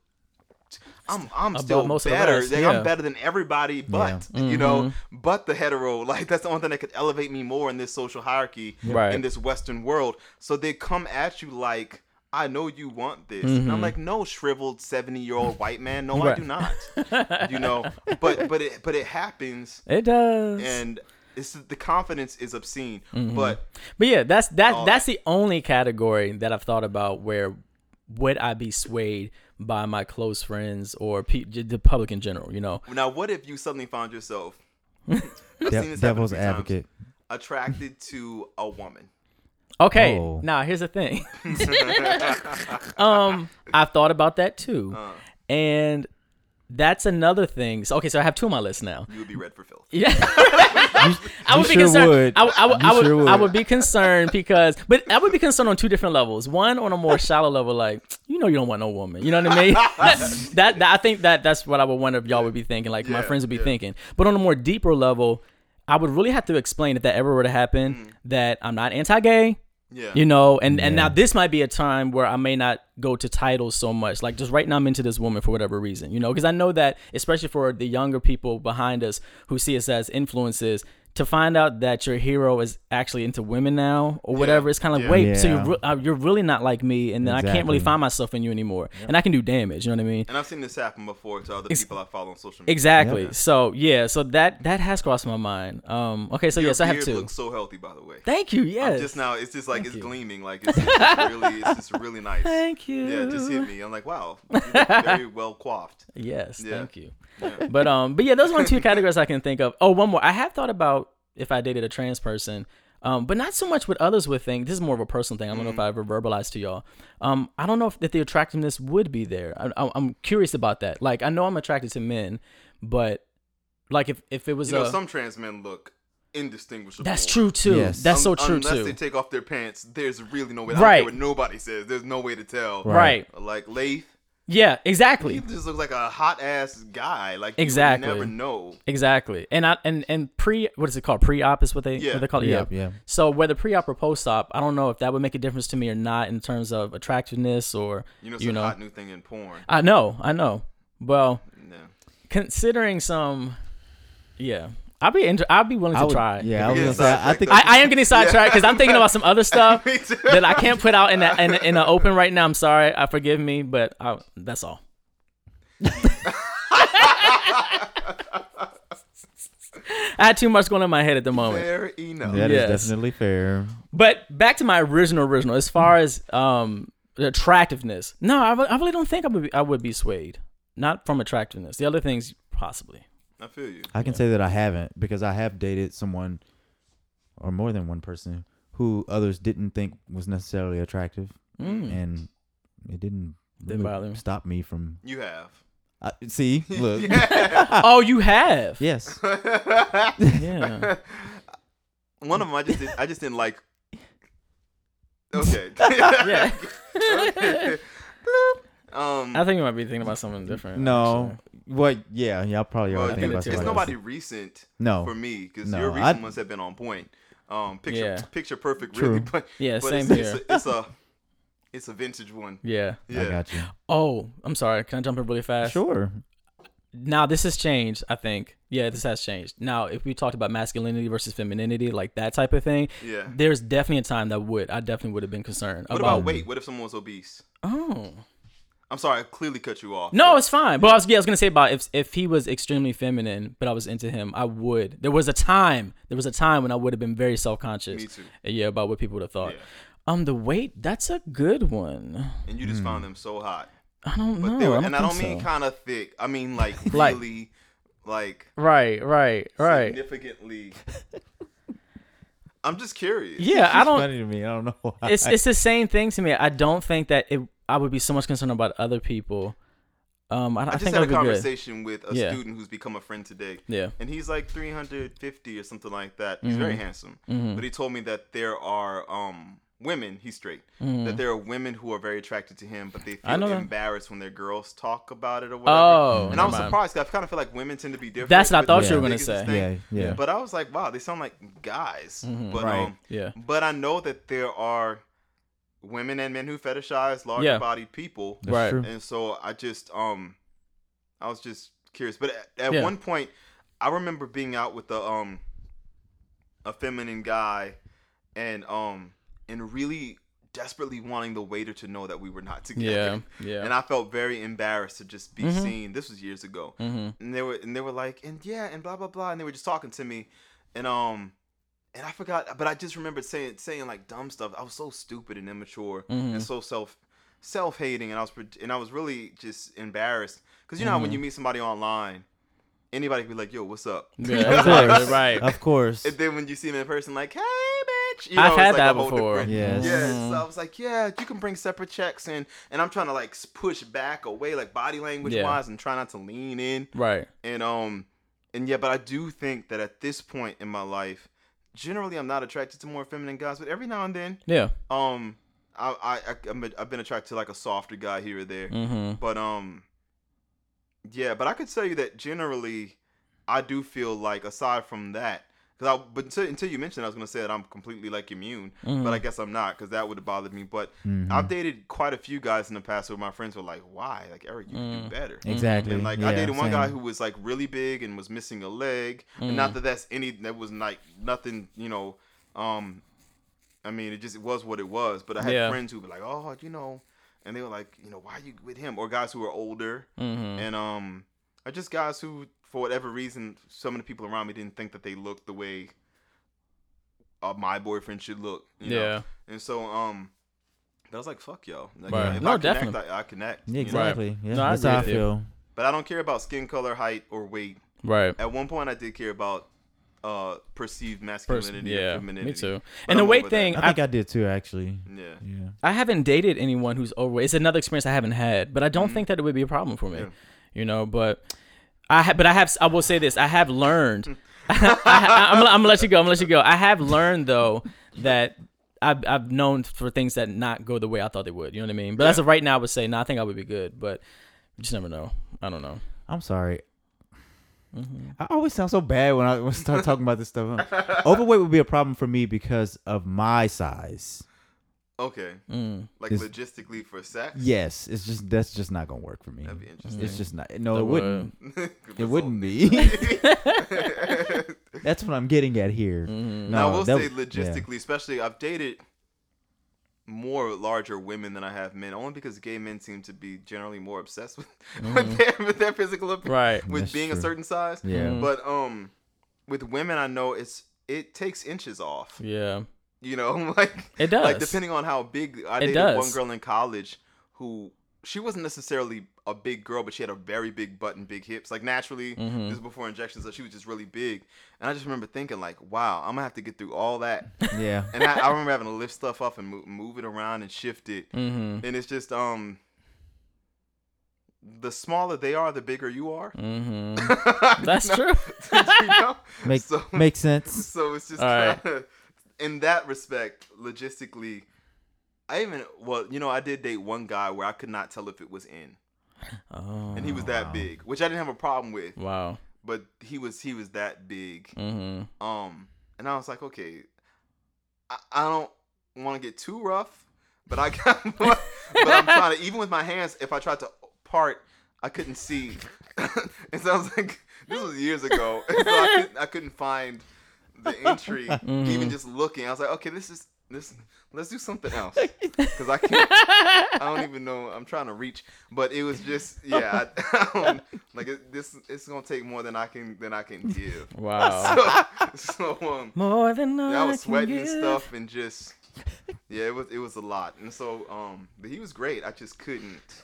Speaker 2: I'm I'm
Speaker 1: Above
Speaker 2: still
Speaker 1: most of the
Speaker 2: better.
Speaker 1: rest,
Speaker 2: Like,
Speaker 1: yeah. Mm-hmm.
Speaker 2: I'm better than everybody, but you know, but the hetero. (laughs) Like that's the only thing that could elevate me more in this social hierarchy
Speaker 1: Right.
Speaker 2: in this Western world. So they come at you like, I know you want this, and I'm like, no, shriveled seventy year old white man. No, I
Speaker 1: Mm-hmm. (laughs) Right.
Speaker 2: do not. you know, but but it but it happens,
Speaker 1: It does.
Speaker 2: and it's the confidence is obscene.
Speaker 1: Mm-hmm.
Speaker 2: But
Speaker 1: But yeah, that's that
Speaker 2: All
Speaker 1: that's the only category that I've thought about where would I be swayed by my close friends or pe- j- the public in general, you know.
Speaker 2: now, what if you suddenly found yourself? I've seen
Speaker 3: De-
Speaker 2: this happen a
Speaker 3: devil's
Speaker 2: few times.
Speaker 3: advocate.
Speaker 2: attracted to a woman.
Speaker 1: Okay,
Speaker 3: Oh.
Speaker 1: now here's the thing.
Speaker 2: (laughs)
Speaker 1: (laughs) um I thought about that too.
Speaker 2: Uh.
Speaker 1: And that's another thing. So okay, so I have two on my list now.
Speaker 2: You would be red for filth.
Speaker 1: Yeah. I
Speaker 3: you
Speaker 1: would be
Speaker 3: sure
Speaker 1: concerned.
Speaker 3: would.
Speaker 1: I, I, would-
Speaker 3: You
Speaker 1: I would,
Speaker 3: sure
Speaker 1: I
Speaker 3: would.
Speaker 1: would be concerned because, but I would be concerned on two different levels. One on a more shallow level, like you know, you don't want no woman. You know what I
Speaker 3: (laughs)
Speaker 1: mean? that, that I think that that's what I would one of y'all would be thinking. Like my
Speaker 2: Yeah,
Speaker 1: friends would be
Speaker 2: yeah.
Speaker 1: thinking. But on a more deeper level, I would really have to explain if that ever were to happen
Speaker 2: Mm.
Speaker 1: that I'm not anti-gay.
Speaker 2: Yeah.
Speaker 1: You know, and and
Speaker 3: Yeah.
Speaker 1: now this might be a time where I may not go to titles so much. Like just right now, I'm into this woman for whatever reason. You know, because I know that especially for the younger people behind us who see us as influences, to find out that your hero is actually into women now or whatever, it's kind of like
Speaker 2: Yeah.
Speaker 1: wait, so
Speaker 3: Yeah.
Speaker 1: you're re- uh, you're really not like me, and then I can't really
Speaker 3: Exactly.
Speaker 1: find myself in you anymore, and I can do damage. You know what I mean?
Speaker 2: And I've seen this happen before to other people I follow on social media.
Speaker 1: Exactly.
Speaker 3: Yeah.
Speaker 1: So yeah, so that that has crossed my mind. Um. Okay, so
Speaker 2: Your
Speaker 1: yes, I have
Speaker 2: beard
Speaker 1: two.
Speaker 2: looks so healthy, by the way.
Speaker 1: Thank you. Yes.
Speaker 2: I'm just now. It's just like it's
Speaker 1: you.
Speaker 2: gleaming. Like it's,
Speaker 1: (laughs)
Speaker 2: it's just really, it's just really nice.
Speaker 1: Thank you.
Speaker 2: Yeah, it just hit me. I'm like, wow, you
Speaker 1: (laughs)
Speaker 2: look very well coiffed.
Speaker 1: Yes,
Speaker 2: Yeah.
Speaker 1: thank you.
Speaker 2: Yeah.
Speaker 1: But um, but yeah, those are only
Speaker 2: (laughs)
Speaker 1: two categories I can think of. Oh, one more. I have thought about if I dated a trans person, um, but not so much what others would think. This is more of a personal thing. I don't
Speaker 2: Mm.
Speaker 1: know if I ever verbalized to y'all. Um, I don't know if that the attractiveness would be there. I, I, I'm curious about that. Like, I know I'm attracted to men, but like if if it was
Speaker 2: You know,
Speaker 1: a
Speaker 2: some trans men look indistinguishable.
Speaker 1: that's true too.
Speaker 3: Yes.
Speaker 1: That's so
Speaker 2: Un-
Speaker 1: true
Speaker 2: Unless
Speaker 1: too.
Speaker 2: they take off their pants, there's really no way. I
Speaker 1: Right.
Speaker 2: don't care what nobody says. There's no way to tell.
Speaker 1: right.
Speaker 2: Like Leif,
Speaker 1: Yeah. Exactly.
Speaker 2: he just looks like a hot ass guy. Like
Speaker 1: Exactly.
Speaker 2: You would never know.
Speaker 1: Exactly. And I and and pre what is it called? Pre op is what they
Speaker 2: Yeah.
Speaker 1: what they call it.
Speaker 3: Pre-op, yeah.
Speaker 1: So whether pre op or post op, I don't know if that would make a difference to me or not in terms of attractiveness or
Speaker 2: You know, it's
Speaker 1: you
Speaker 2: a
Speaker 1: know.
Speaker 2: hot new thing in
Speaker 3: (laughs)
Speaker 2: porn.
Speaker 1: I know, I know. Well,
Speaker 2: (laughs) Yeah.
Speaker 1: considering some, yeah, I'd be inter- I'd be willing to
Speaker 3: I would,
Speaker 1: try.
Speaker 3: Yeah, I was
Speaker 2: Yeah,
Speaker 3: gonna say. I
Speaker 2: sidetrack
Speaker 3: think.
Speaker 2: that.
Speaker 1: I, I am getting sidetracked because I'm thinking about some
Speaker 2: (laughs)
Speaker 1: other stuff
Speaker 2: Me too.
Speaker 1: that I can't put out in a, in a, in the open right now. I'm sorry, I forgive me, but I, that's all. (laughs) I had too much going on in my head at the moment.
Speaker 2: Fair enough.
Speaker 3: that is
Speaker 1: Yes.
Speaker 3: definitely fair.
Speaker 1: But back to my original original, as far as um the attractiveness, no, I, re- I really don't think I would be, I would be swayed. Not from attractiveness. The other things possibly.
Speaker 2: I feel you.
Speaker 3: I can say that I haven't because I have dated someone, or more than one person, who others didn't think was necessarily attractive,
Speaker 1: Mm.
Speaker 3: and it didn't,
Speaker 1: Didn't bother you.
Speaker 3: stop me from.
Speaker 2: You
Speaker 3: (laughs)
Speaker 2: have.
Speaker 3: I see,
Speaker 2: (laughs)
Speaker 3: look,
Speaker 1: Oh, you have. (laughs)
Speaker 3: yes,
Speaker 1: Yeah.
Speaker 2: One of them I just did, I just didn't
Speaker 3: (laughs)
Speaker 2: like. Okay. (laughs)
Speaker 1: Yeah.
Speaker 2: um.
Speaker 1: I think you might be thinking about something different.
Speaker 3: no, what? Yeah, y'all probably
Speaker 2: well,
Speaker 3: are
Speaker 2: it's
Speaker 3: thinking about
Speaker 2: it's
Speaker 3: somebody
Speaker 2: nobody
Speaker 3: else.
Speaker 2: recent
Speaker 3: No,
Speaker 2: for me because
Speaker 3: No,
Speaker 2: your
Speaker 3: I-
Speaker 2: recent ones have been on point. Um, picture
Speaker 1: Yeah.
Speaker 2: picture perfect
Speaker 3: True.
Speaker 2: really, (laughs) but
Speaker 1: Yeah,
Speaker 2: but
Speaker 1: same
Speaker 2: it's,
Speaker 1: here.
Speaker 2: It's a,
Speaker 1: (laughs)
Speaker 2: it's a it's a vintage one.
Speaker 1: Yeah.
Speaker 2: Yeah.
Speaker 3: I (laughs) got you.
Speaker 1: Oh, I'm sorry. Can I jump in really fast?
Speaker 3: Sure.
Speaker 1: Now this has changed, I think. Yeah, this has changed. Now, if we talked about masculinity versus femininity, like that type of thing,
Speaker 2: Yeah.
Speaker 1: there's
Speaker 3: Um,
Speaker 1: definitely a time that would I definitely would have been concerned
Speaker 2: What about weight? What if someone was obese?
Speaker 1: Oh.
Speaker 2: I'm sorry, I clearly cut you off.
Speaker 1: No,
Speaker 2: but-
Speaker 1: it's fine. But I was, yeah, I was gonna say about if if he was extremely feminine, but I was into him, I would. There was a time. There was a time when I would have been very self conscious.
Speaker 2: Me too.
Speaker 1: Yeah, about what people would have thought.
Speaker 2: Yeah.
Speaker 1: Um, the weight. That's a good one.
Speaker 2: and you just found
Speaker 3: Hmm.
Speaker 2: them so hot.
Speaker 1: I don't
Speaker 2: But
Speaker 1: know.
Speaker 2: they were,
Speaker 1: I don't
Speaker 2: and I don't
Speaker 1: think
Speaker 2: mean
Speaker 1: so.
Speaker 2: kind of thick. I mean like
Speaker 1: (laughs) Like-
Speaker 2: really, like
Speaker 1: right, right, right.
Speaker 2: significantly. I'm just curious.
Speaker 1: Yeah, I
Speaker 3: It's
Speaker 1: don't.
Speaker 3: funny to me. I don't know. (laughs) Why.
Speaker 1: It's it's the same thing to me. I don't think that it. I would be so much concerned about other people. Um, I, I,
Speaker 2: I just
Speaker 1: think I'd
Speaker 2: had a
Speaker 1: be good.
Speaker 2: conversation with a
Speaker 1: Yeah.
Speaker 2: student who's become a friend today.
Speaker 1: Yeah. Mm-hmm.
Speaker 2: And he's like 350 or something like that. He's very handsome. But he told me that there are um women, he's straight, that there are women who are very attracted to him, but they
Speaker 1: Mm-hmm. I
Speaker 2: feel
Speaker 1: know that.
Speaker 2: embarrassed when their girls talk about it or whatever.
Speaker 1: Oh,
Speaker 2: and I was
Speaker 1: never mind.
Speaker 2: surprised 'cause I kind of feel like women tend to be different.
Speaker 1: That's what I
Speaker 2: with
Speaker 1: thought
Speaker 2: their
Speaker 3: you were
Speaker 1: gonna
Speaker 2: biggest
Speaker 1: say.
Speaker 2: thing.
Speaker 3: Yeah, yeah.
Speaker 2: But I was like, wow, they sound like guys.
Speaker 1: Mm-hmm.
Speaker 2: But,
Speaker 3: Right.
Speaker 2: um, (laughs)
Speaker 1: Yeah.
Speaker 2: But I know that there are women and men who fetishize larger
Speaker 1: Yeah.
Speaker 2: bodied people
Speaker 3: That's
Speaker 1: Right.
Speaker 3: true.
Speaker 2: and so I just um, I was just curious. But at, at
Speaker 1: Yeah.
Speaker 2: one point, I remember being out with a um, a feminine guy, and um, and really desperately wanting the waiter to know that we were not (laughs) together.
Speaker 1: Yeah, yeah. Mm-hmm.
Speaker 2: And I felt very embarrassed to just be seen. This was years ago, and they were and they were like, and yeah, and blah blah blah, and they were just talking to me, and um. And I forgot, but I just remembered saying saying like dumb stuff. I was so stupid and immature
Speaker 1: Mm-hmm.
Speaker 2: and so self self hating, and I was pre- and I was really just embarrassed because you know how
Speaker 1: Mm-hmm.
Speaker 2: when you meet somebody online, anybody can be like, "Yo, what's up?"
Speaker 1: Yeah,
Speaker 2: (laughs)
Speaker 3: Of course.
Speaker 1: right.
Speaker 3: Of course.
Speaker 2: And then when you see them in person, like, "Hey, bitch," you
Speaker 1: I've
Speaker 2: it's
Speaker 1: had
Speaker 2: like
Speaker 1: that
Speaker 2: a whole
Speaker 1: before. Mm-hmm.
Speaker 2: different-
Speaker 3: Yes.
Speaker 2: Yeah, so I was like, "Yeah, you can bring separate checks," and and I'm trying to like s- push back away, like body language
Speaker 1: Yeah.
Speaker 2: wise, and try not to lean in,
Speaker 1: Right.
Speaker 2: and um, and yeah, but I do think that at this point in my life, generally I'm not attracted to more feminine guys, but every now and then,
Speaker 1: Yeah.
Speaker 2: um, I I I- I'm a, I've been attracted to like a softer guy here or there,
Speaker 1: Mm-hmm.
Speaker 2: but um, yeah. But I could tell you that generally, I do feel like aside from that, because I but until, until you mentioned, it, I was gonna say that I'm completely like immune, but I guess I'm not because that would have bothered me. But I've dated quite a few guys in the past where my friends were like, "Why? Like Eric, you could do better."
Speaker 3: Exactly.
Speaker 2: And like
Speaker 3: yeah,
Speaker 2: I dated one
Speaker 3: same.
Speaker 2: guy who was like really big and was missing a leg.
Speaker 1: Mm.
Speaker 2: And not that that's any that was like nothing, you know. Um, I mean, it just it was what it was. But I had
Speaker 1: Yeah.
Speaker 2: friends who were like, oh, you know, and they were like, you know, why are you with him? Or guys who were older,
Speaker 1: Mm-hmm. Mm.
Speaker 2: and um, are just guys who, for whatever reason, some of the people around me didn't think that they looked the way uh, my boyfriend should look. You know?
Speaker 1: Yeah.
Speaker 2: And so um, I was like, fuck y'all. Like,
Speaker 1: Right.
Speaker 2: If
Speaker 1: No,
Speaker 2: I connect,
Speaker 1: definitely.
Speaker 2: I, I connect.
Speaker 3: Yeah,
Speaker 2: you know?
Speaker 3: exactly. Yeah,
Speaker 1: No, I
Speaker 3: that's
Speaker 1: agree
Speaker 3: how I
Speaker 1: with you.
Speaker 3: feel.
Speaker 2: But I don't care about skin color, height, or weight.
Speaker 1: Right.
Speaker 2: At one point, I did care about uh perceived
Speaker 1: First,
Speaker 2: masculinity or
Speaker 1: yeah.
Speaker 2: femininity.
Speaker 1: Me too.
Speaker 2: But
Speaker 1: And the
Speaker 2: I'm
Speaker 1: weight
Speaker 2: over that.
Speaker 1: thing,
Speaker 3: I think I did too, actually.
Speaker 2: Yeah.
Speaker 3: Yeah.
Speaker 1: I haven't dated anyone who's overweight. It's another experience I haven't had, but I don't think that it would be a problem for me.
Speaker 2: Mm-hmm. Yeah.
Speaker 1: You know, but I ha- but I have I will say this. I have
Speaker 2: (laughs)
Speaker 1: learned. (laughs) I, I, I'm, gonna- I'm gonna let you go. I'm gonna let you go. I have learned though that. I've, I've known for things that not go the way I thought they would. You know what I mean? But as of right now, I would say, no, I think I would be good. But you just never know. I don't know.
Speaker 3: I'm sorry. I always sound so bad when I when I start talking about this
Speaker 2: (laughs)
Speaker 3: stuff. huh? Overweight would be a problem for me because of my size.
Speaker 2: Okay.
Speaker 1: Mm.
Speaker 2: Like
Speaker 3: It's-
Speaker 2: logistically for sex.
Speaker 3: Yes, it's just that's just not gonna work for me.
Speaker 1: Mm-hmm.
Speaker 2: That'd be
Speaker 3: It's
Speaker 2: interesting. (laughs)
Speaker 3: just not. No,
Speaker 1: That
Speaker 3: it
Speaker 1: would.
Speaker 3: wouldn't.
Speaker 2: Could
Speaker 3: It
Speaker 2: result (laughs)
Speaker 3: wouldn't
Speaker 2: in-
Speaker 3: be. that's what I'm getting at here.
Speaker 2: Now,
Speaker 1: Mm-hmm.
Speaker 3: No,
Speaker 2: I will
Speaker 3: that-
Speaker 2: say
Speaker 3: yeah.
Speaker 2: logistically, especially I've dated more larger women than I have men, only because gay men seem to be generally more obsessed with, (laughs)
Speaker 1: Mm-hmm.
Speaker 2: with, their, with their physical appearance,
Speaker 1: Right.
Speaker 2: with
Speaker 3: That's
Speaker 2: being a
Speaker 3: true.
Speaker 2: certain size.
Speaker 3: Yeah.
Speaker 1: Mm-hmm.
Speaker 3: Mhm.
Speaker 2: But um, with women, I know it's it takes inches off.
Speaker 1: Yeah.
Speaker 2: You know, (laughs) like
Speaker 1: It
Speaker 2: Like
Speaker 1: does.
Speaker 2: depending on how big I
Speaker 1: It
Speaker 2: dated one
Speaker 1: does.
Speaker 2: girl in college who she wasn't necessarily a big girl, but she had a very big butt and big hips. Like naturally,
Speaker 1: Mm-hmm.
Speaker 2: this is before injections, so she was just really big. And I just remember thinking, like, wow, I'm gonna have to get through all that.
Speaker 3: Yeah.
Speaker 2: and I, I remember having to lift stuff up and move, move it around and shift it.
Speaker 1: Mm-hmm.
Speaker 2: And it's just um, the smaller they are, the bigger you are. (laughs)
Speaker 1: Mm-hmm. That's true.
Speaker 2: you know?
Speaker 3: Make
Speaker 2: So-
Speaker 3: (laughs) makes sense.
Speaker 2: So it's just
Speaker 1: All right.
Speaker 2: kind of, in that respect, logistically, I even, well, you know, I did date one guy where I could not tell if it was in.
Speaker 1: Oh,
Speaker 2: And he was that big, which I didn't have a problem with,
Speaker 1: wow.
Speaker 2: but he was, he was that big. (laughs)
Speaker 1: Mm-hmm.
Speaker 2: Um, and I was like, okay, I, I don't want to get too rough, but I (laughs) got, but I'm trying to, even with my hands, if I tried to part, I couldn't see. (laughs) and so I was like, this was years (laughs) ago. And so I couldn't, I couldn't find the entry, even just looking. I was like, okay, this is, This let's do something else because I can't. I don't even know. I'm trying to reach, but it was just yeah. I, (laughs) I don't, like it, this, it's gonna take more than I can than I can give.
Speaker 1: Wow.
Speaker 2: So, (laughs) so um,
Speaker 1: More than
Speaker 2: yeah,
Speaker 1: I
Speaker 2: I was
Speaker 1: can
Speaker 2: sweating and
Speaker 1: give.
Speaker 2: stuff and just yeah, it was it was a lot. And so um, but he was great. I just couldn't.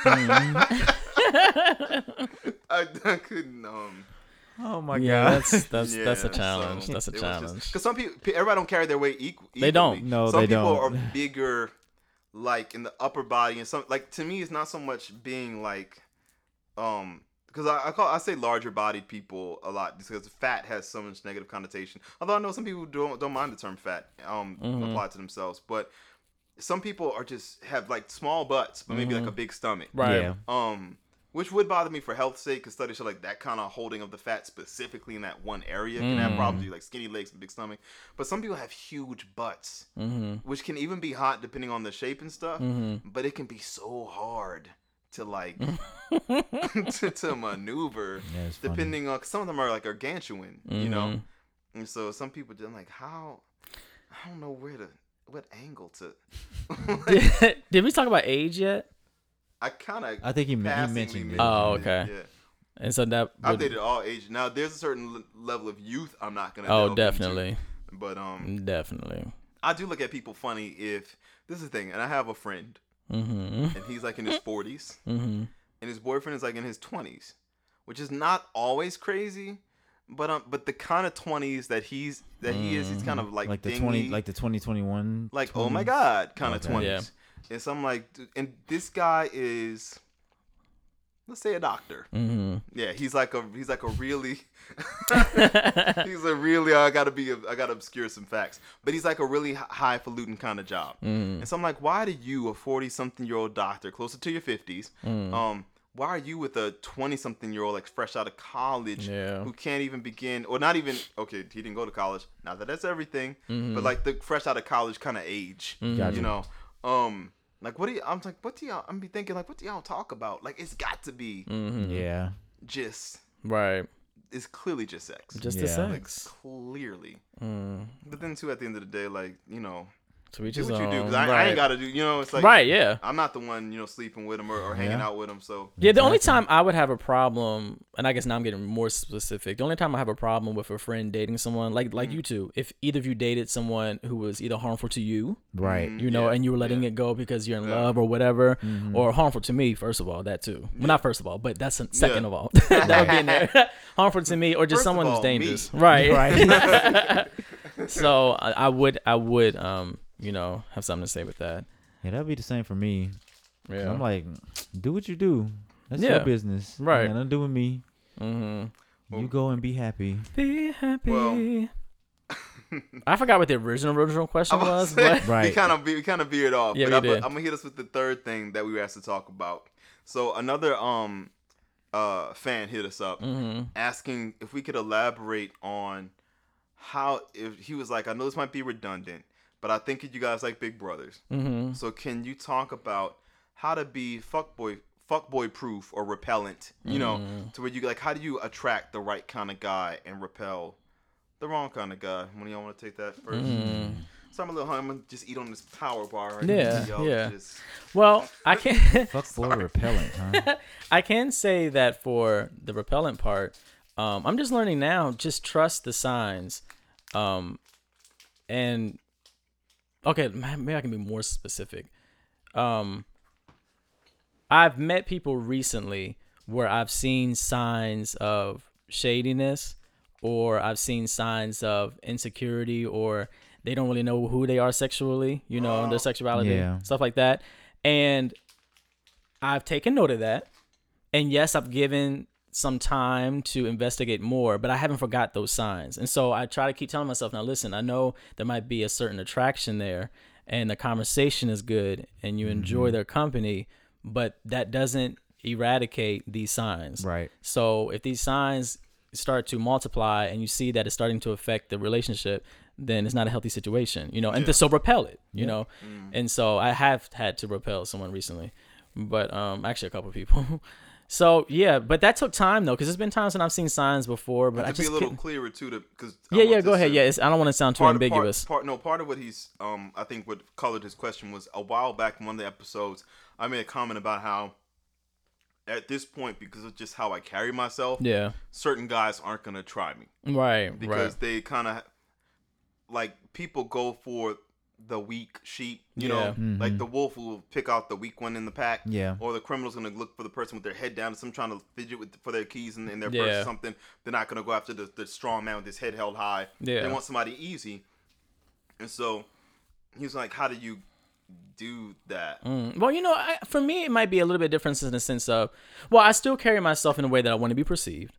Speaker 2: (laughs) I, I couldn't um.
Speaker 3: Oh my
Speaker 1: Yeah,
Speaker 2: (laughs)
Speaker 3: god.
Speaker 1: that's that's that's a
Speaker 2: Yeah,
Speaker 1: challenge.
Speaker 2: so
Speaker 1: that's a
Speaker 2: it was just-
Speaker 1: challenge.
Speaker 2: Cause some people, pe- everybody don't carry their weight equal.
Speaker 1: They don't.
Speaker 3: No,
Speaker 2: some
Speaker 3: they
Speaker 2: people
Speaker 1: (laughs)
Speaker 3: don't.
Speaker 2: are bigger, like in the upper body, and some like to me, it's not so much being like, um, because I, I call I say larger bodied people a lot because fat has so much negative connotation. Although I know some people don't don't mind the term fat, um,
Speaker 1: Mhm.
Speaker 2: apply to themselves, but some people are just have like small butts, but maybe
Speaker 1: Mm-hmm.
Speaker 2: like a big stomach.
Speaker 1: (laughs) right.
Speaker 3: Yeah.
Speaker 2: Um, which would bother me for health's sake, because studies show like that kind of holding of the fat specifically in that one area can have
Speaker 3: Mm.
Speaker 2: problems. You like skinny legs and big stomach, but some people have huge butts, which can even be hot depending on the shape and stuff.
Speaker 3: Mm-hmm.
Speaker 2: But it can be so hard to like
Speaker 3: (laughs)
Speaker 2: (laughs) to, to maneuver,
Speaker 3: Yeah, it's funny.
Speaker 2: depending on. Cause some of them are like gargantuan, you know,
Speaker 3: Mm-hmm.
Speaker 2: and so some people just like how I don't know where to what angle
Speaker 3: (laughs)
Speaker 2: to. (laughs) Like,
Speaker 1: Did, Mm-hmm. (laughs) did we talk about age yet?
Speaker 2: I kind of
Speaker 3: I think he men- he mentioned it.
Speaker 1: Oh, okay.
Speaker 2: Yeah.
Speaker 1: And so that
Speaker 2: I've
Speaker 1: would,
Speaker 2: dated all ages. Now there's a certain l- level of youth I'm not gonna. delve
Speaker 1: oh,
Speaker 2: into,
Speaker 1: definitely,
Speaker 2: But um,
Speaker 3: Mm.
Speaker 1: definitely.
Speaker 2: I do look at people funny if this is the thing, and I have a friend,
Speaker 1: Mm-hmm.
Speaker 2: and he's like in his 40s,
Speaker 1: Mm-hmm.
Speaker 2: and his boyfriend is like in his 20s, which is not always crazy, but um, but the kind of 20s that he's that he is, he's kind of like
Speaker 3: Like the
Speaker 2: dingy,
Speaker 3: twenty, like the twenty twenty one.
Speaker 2: like oh my god kind of
Speaker 3: Okay.
Speaker 2: 20s,
Speaker 1: Yeah.
Speaker 2: and so I'm like, dude, and this guy is, let's say a doctor.
Speaker 3: Mm.
Speaker 1: Mm-hmm.
Speaker 2: Yeah, he's like a he's like a really (laughs)
Speaker 1: Mm-hmm.
Speaker 2: he's a really I gotta be I gotta obscure some facts, but he's like a really hi- highfalutin kind of job. And so I'm like, why do you, a forty something year old doctor, closer to your fifties, um, why are you with a twenty something year old like fresh out of college
Speaker 1: Yeah.
Speaker 2: who can't even begin or not even okay he didn't go to college not that that's everything but like the fresh out of college kind of age you
Speaker 3: Gotcha.
Speaker 2: know um like what do you i'm like what do y'all i'm be thinking like what do y'all talk about like it's got to be
Speaker 1: Mm-hmm.
Speaker 3: Yeah.
Speaker 2: just
Speaker 1: (laughs) Right.
Speaker 2: it's clearly just sex.
Speaker 1: Just the
Speaker 3: Yeah.
Speaker 2: like
Speaker 1: sex.
Speaker 2: clearly.
Speaker 1: Mm.
Speaker 2: But then too, at the end of the day, like you know,
Speaker 1: To each
Speaker 2: do
Speaker 1: his
Speaker 2: what you do.
Speaker 1: own.
Speaker 2: 'cause I, I
Speaker 1: Right.
Speaker 2: ain't gotta do. You know, it's like
Speaker 1: um, Right, yeah.
Speaker 2: I'm not the one you know sleeping with him or, or hanging
Speaker 3: Yeah.
Speaker 2: out with him. So
Speaker 1: Yeah, the only time I would have a problem, and I guess now I'm getting more specific. The only time I have a problem with a friend dating someone, like
Speaker 2: Mm.
Speaker 1: like you two, if either of you dated someone who was either harmful to you,
Speaker 3: Right.
Speaker 1: you know,
Speaker 2: Yeah, Mm-hmm.
Speaker 1: and you were letting it go because you're in love or whatever, or harmful to me, first of all, that too. Well, not first of all, but that's second
Speaker 2: Yeah.
Speaker 1: of
Speaker 2: (laughs)
Speaker 1: all. (laughs) that would be in there. (laughs) harmful to me, or just
Speaker 2: First of
Speaker 1: someone who's
Speaker 2: all, me. (laughs)
Speaker 1: dangerous, right?
Speaker 3: (laughs) Right.
Speaker 1: (laughs) so I, I would, I would, um, you know, have something to say with that.
Speaker 3: yeah, that'd be the same for me.
Speaker 1: Yeah.
Speaker 3: I'm like, do what you do. That's
Speaker 1: Yeah.
Speaker 3: your business.
Speaker 1: Right.
Speaker 3: Ain't got nothing to do with me.
Speaker 1: mm-hmm.
Speaker 3: You go and be happy.
Speaker 1: Be happy.
Speaker 2: Well-
Speaker 1: I forgot what the original original
Speaker 2: (laughs)
Speaker 1: question was, but
Speaker 2: right. we
Speaker 3: Right.
Speaker 2: kind of we kind of veered off.
Speaker 1: Yeah,
Speaker 2: but
Speaker 1: we
Speaker 2: I'm,
Speaker 1: did.
Speaker 2: I'm gonna hit us with the third thing that we were asked to talk about. So another um uh fan hit us up
Speaker 1: Mm-hmm.
Speaker 2: asking if we could elaborate on how if he was like, I know this might be redundant, but I think you guys like Big Brothers.
Speaker 1: Mhm.
Speaker 2: So can you talk about how to be fuckboy fuckboy proof or repellent?
Speaker 1: Mm.
Speaker 2: You know, to where you like how do you attract the right kind of guy and repel the wrong kind of guy? When y'all want to take that first? So I'm a little hungry. I'm gonna just eat on this power bar. Right
Speaker 1: Mm. Yeah,
Speaker 2: Y'all
Speaker 1: yeah.
Speaker 2: Just,
Speaker 1: well, I can (laughs)
Speaker 3: Fuck boy repellent, huh?
Speaker 1: I can say that for the repellent part, um, I'm just learning now. Just trust the signs, um, and okay, ma- maybe I can be more specific. Um, I've met people recently where I've seen signs of shadiness, or I've seen signs of insecurity, or they don't really know who they are sexually. You know, their sexuality,
Speaker 3: Yeah.
Speaker 1: stuff like that, and I've taken note of that. And yes, I've given some time to investigate more, but I haven't forgot those signs. And so I try to keep telling myself, now listen, I know there might be a certain attraction there and the conversation is good and you enjoy their company, but that doesn't eradicate these signs.
Speaker 3: Right.
Speaker 1: So if these signs start to multiply and you see that it's starting to affect the relationship, then it's not a healthy situation, you know. And so repel it, you know.
Speaker 2: Mm.
Speaker 1: And so I have had to repel someone recently, but um, actually a couple of people. (laughs) So yeah, but that took time though, because there's been times when I've seen signs before, but I
Speaker 2: to be
Speaker 1: just
Speaker 2: a little
Speaker 1: couldn't-
Speaker 2: clearer too, because
Speaker 1: yeah yeah go ahead yeah. It's, I don't want to sound too
Speaker 2: part,
Speaker 1: ambiguous.
Speaker 2: Part, part no part of what he's um I think what colored his question was a while back in one of the episodes I made a comment about how at this point because of just how I carry myself
Speaker 1: yeah
Speaker 2: certain guys aren't gonna try me
Speaker 1: right
Speaker 2: because
Speaker 1: right
Speaker 2: they kind of like people go for the weak sheep you know
Speaker 1: Yeah.
Speaker 2: like the wolf will pick out the weak one in the pack
Speaker 3: Yeah.
Speaker 2: or the criminal's gonna look for the person with their head down some trying to fidget with for their keys in, in their purse
Speaker 1: Yeah.
Speaker 2: or something they're not gonna go after the, the strong man with his head held high they
Speaker 1: Yeah.
Speaker 2: want somebody easy and so he was like how do you do that
Speaker 1: Mm. Well, you know, I, for me, it might be a little bit different in the sense of, well, I still carry myself in a way that I want to be perceived,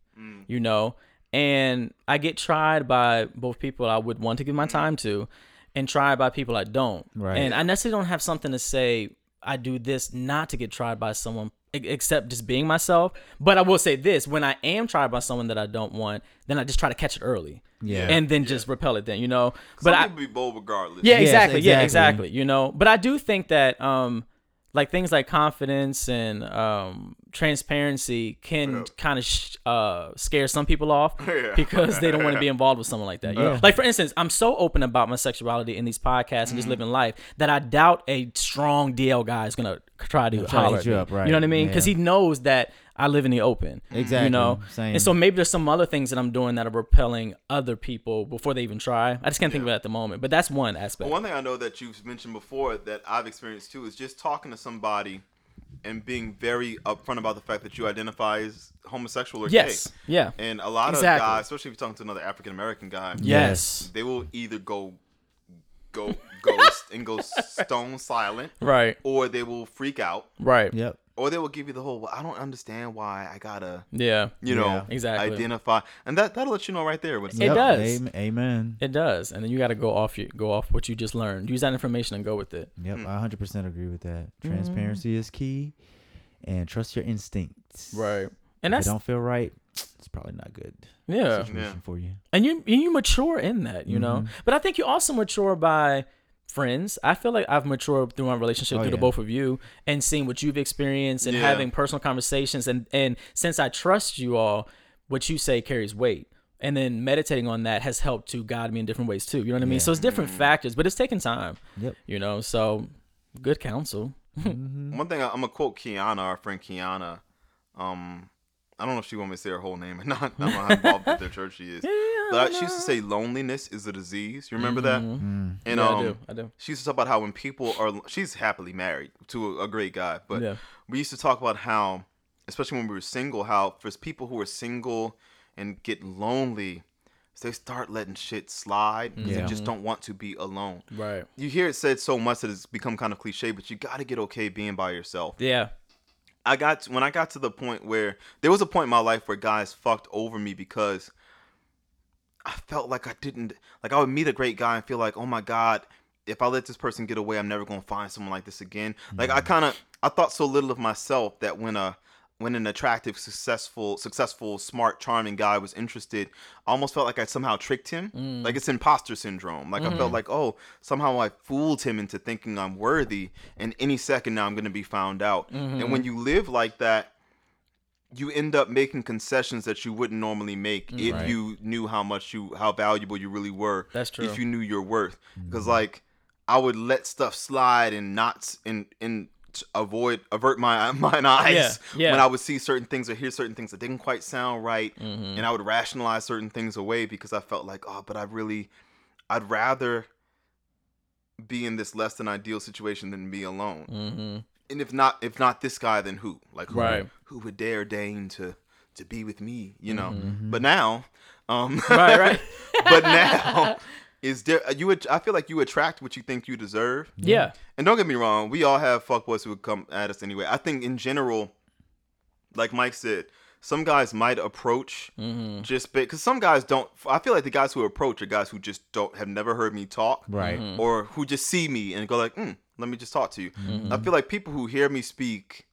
Speaker 1: you know, and I get tried by both people I would want to give my time to and tried by people I don't.
Speaker 3: Right.
Speaker 1: And I necessarily don't have something to say, I do this not to get tried by someone e- except just being myself. But I will say this when I am tried by someone that I don't want, then I just try to catch it early.
Speaker 3: Yeah.
Speaker 1: And then just repel it then, you know? But
Speaker 2: some
Speaker 1: I,
Speaker 2: people be bold regardless
Speaker 1: yeah,
Speaker 3: Yes,
Speaker 1: exactly. Yeah,
Speaker 3: exactly.
Speaker 1: exactly. You know, but I do think that um like things like confidence and um transparency can kind of sh- uh scare some people off
Speaker 2: Yeah.
Speaker 1: because they don't want to be involved with someone like that. You know?
Speaker 3: Yeah.
Speaker 1: Like for instance, I'm so open about my sexuality in these podcasts and just
Speaker 3: Mm.
Speaker 1: living life that I doubt a strong DL guy is going to try to
Speaker 3: try to
Speaker 1: holler
Speaker 3: hit
Speaker 1: at
Speaker 3: you
Speaker 1: me.
Speaker 3: up, right.
Speaker 1: You know what I mean? Cuz
Speaker 3: Yeah.
Speaker 1: he knows that I live in the open.
Speaker 3: Exactly.
Speaker 1: You know,
Speaker 3: Same.
Speaker 1: and so maybe there's some other things that I'm doing that are repelling other people before they even try. I just can't think of it at the moment, but that's one aspect.
Speaker 2: Well, one thing I know that you've mentioned before that I've experienced too is just talking to somebody and being very upfront about the fact that you identify as homosexual or
Speaker 1: Yes.
Speaker 2: gay.
Speaker 1: Yeah.
Speaker 2: And a lot
Speaker 1: Exactly.
Speaker 2: of guys, especially if you're talking to another African American guy,
Speaker 1: Yes.
Speaker 2: they will either go go ghost and go stone silent,
Speaker 1: Right.
Speaker 2: or they will freak out,
Speaker 1: Right.
Speaker 3: Yep.
Speaker 2: or they will give you the whole "Well, I don't understand why I gotta
Speaker 1: Yeah.
Speaker 2: you know
Speaker 3: Yeah.
Speaker 1: Exactly.
Speaker 2: identify," and that that'll let you know right there. When it's
Speaker 1: It
Speaker 3: Yep.
Speaker 1: does.
Speaker 3: Am- Amen.
Speaker 1: It does, and then you got to go off your, go off what you just learned. Use that information and go with it.
Speaker 3: Yep. I 100% agree with that.
Speaker 1: Mm-hmm.
Speaker 3: Transparency is key, and trust your instincts.
Speaker 1: And
Speaker 3: If it
Speaker 1: that's
Speaker 3: don't feel right. It's probably not good
Speaker 1: yeah.
Speaker 3: situation
Speaker 2: Yeah.
Speaker 3: for you.
Speaker 1: And you and you mature in that, you know. But I think you also mature by friends. I feel like I've matured through my relationship
Speaker 3: Oh,
Speaker 1: through the
Speaker 3: yeah.
Speaker 1: both of you and seeing what you've experienced and
Speaker 2: Yeah.
Speaker 1: having personal conversations and and since I trust you all, what you say carries weight. And then meditating on that has helped to guide me in different ways too. You know what I mean? So it's different factors, but it's taking time.
Speaker 3: Yep.
Speaker 1: You know, so good counsel.
Speaker 2: One thing I, I'm gonna quote Kiana, our friend Kiana. Um, I don't know if she want me to say her whole name or (laughs) not. I don't know how involved with their church she is. But she used to say loneliness is a disease. You remember that? And
Speaker 1: Mm-hmm. Yeah,
Speaker 2: um,
Speaker 1: I do. I do.
Speaker 2: she used to talk about how when people are, she's happily married to a, a great guy, but
Speaker 1: Yeah.
Speaker 2: we used to talk about how, especially when we were single, how for people who are single and get lonely, they start letting shit slide because they
Speaker 3: Yeah.
Speaker 2: just don't want to be alone.
Speaker 1: Right.
Speaker 2: You hear it said so much that it's become kind of cliche, but you got to get okay being by yourself.
Speaker 1: Yeah.
Speaker 2: I got when I got to the point where there was a point in my life where guys fucked over me because I felt like I didn't like I would meet a great guy and feel like, "Oh my god, if I let this person get away, I'm never going to find someone like this again." Like I kind of I thought so little of myself that when a when an attractive, successful, successful, smart, charming guy was interested, I almost felt like I somehow tricked him. Like it's imposter syndrome. Like I felt like, oh, somehow I fooled him into thinking I'm worthy, and any second now I'm gonna be found out. And when you live like that, you end up making concessions that you wouldn't normally make if
Speaker 1: Mm, Right.
Speaker 2: you knew how much you, how valuable you really were.
Speaker 1: That's true. Mm-hmm.
Speaker 2: If you knew your worth, because like I would let stuff slide and not s- and and t- avoid avert my (laughs) my eyes
Speaker 1: yeah.
Speaker 2: when I would see certain things or hear certain things that didn't quite sound right,
Speaker 1: Mm-hmm.
Speaker 2: and I would rationalize certain things away because I felt like, oh, but I really, I'd rather be in this less than ideal situation than be alone.
Speaker 1: Mm-hmm.
Speaker 2: And if not, if not this guy, then who? Like who?
Speaker 1: Right.
Speaker 2: Who would dare deign to to be with me? You know. But now, um,
Speaker 1: Mm-hmm. Right, right.
Speaker 2: (laughs) but now. Is there you? Would, I feel like you attract what you think you deserve.
Speaker 1: Yeah.
Speaker 2: And don't get me wrong, we all have fuckboys who would come at us anyway. I think in general, like Mike said, some guys might approach just because some guys don't. I feel like the guys who approach are guys who just don't have never heard me talk,
Speaker 3: Right.
Speaker 2: Or who just see me and go like, mm, "Let me just talk to you." I feel like people who hear me speak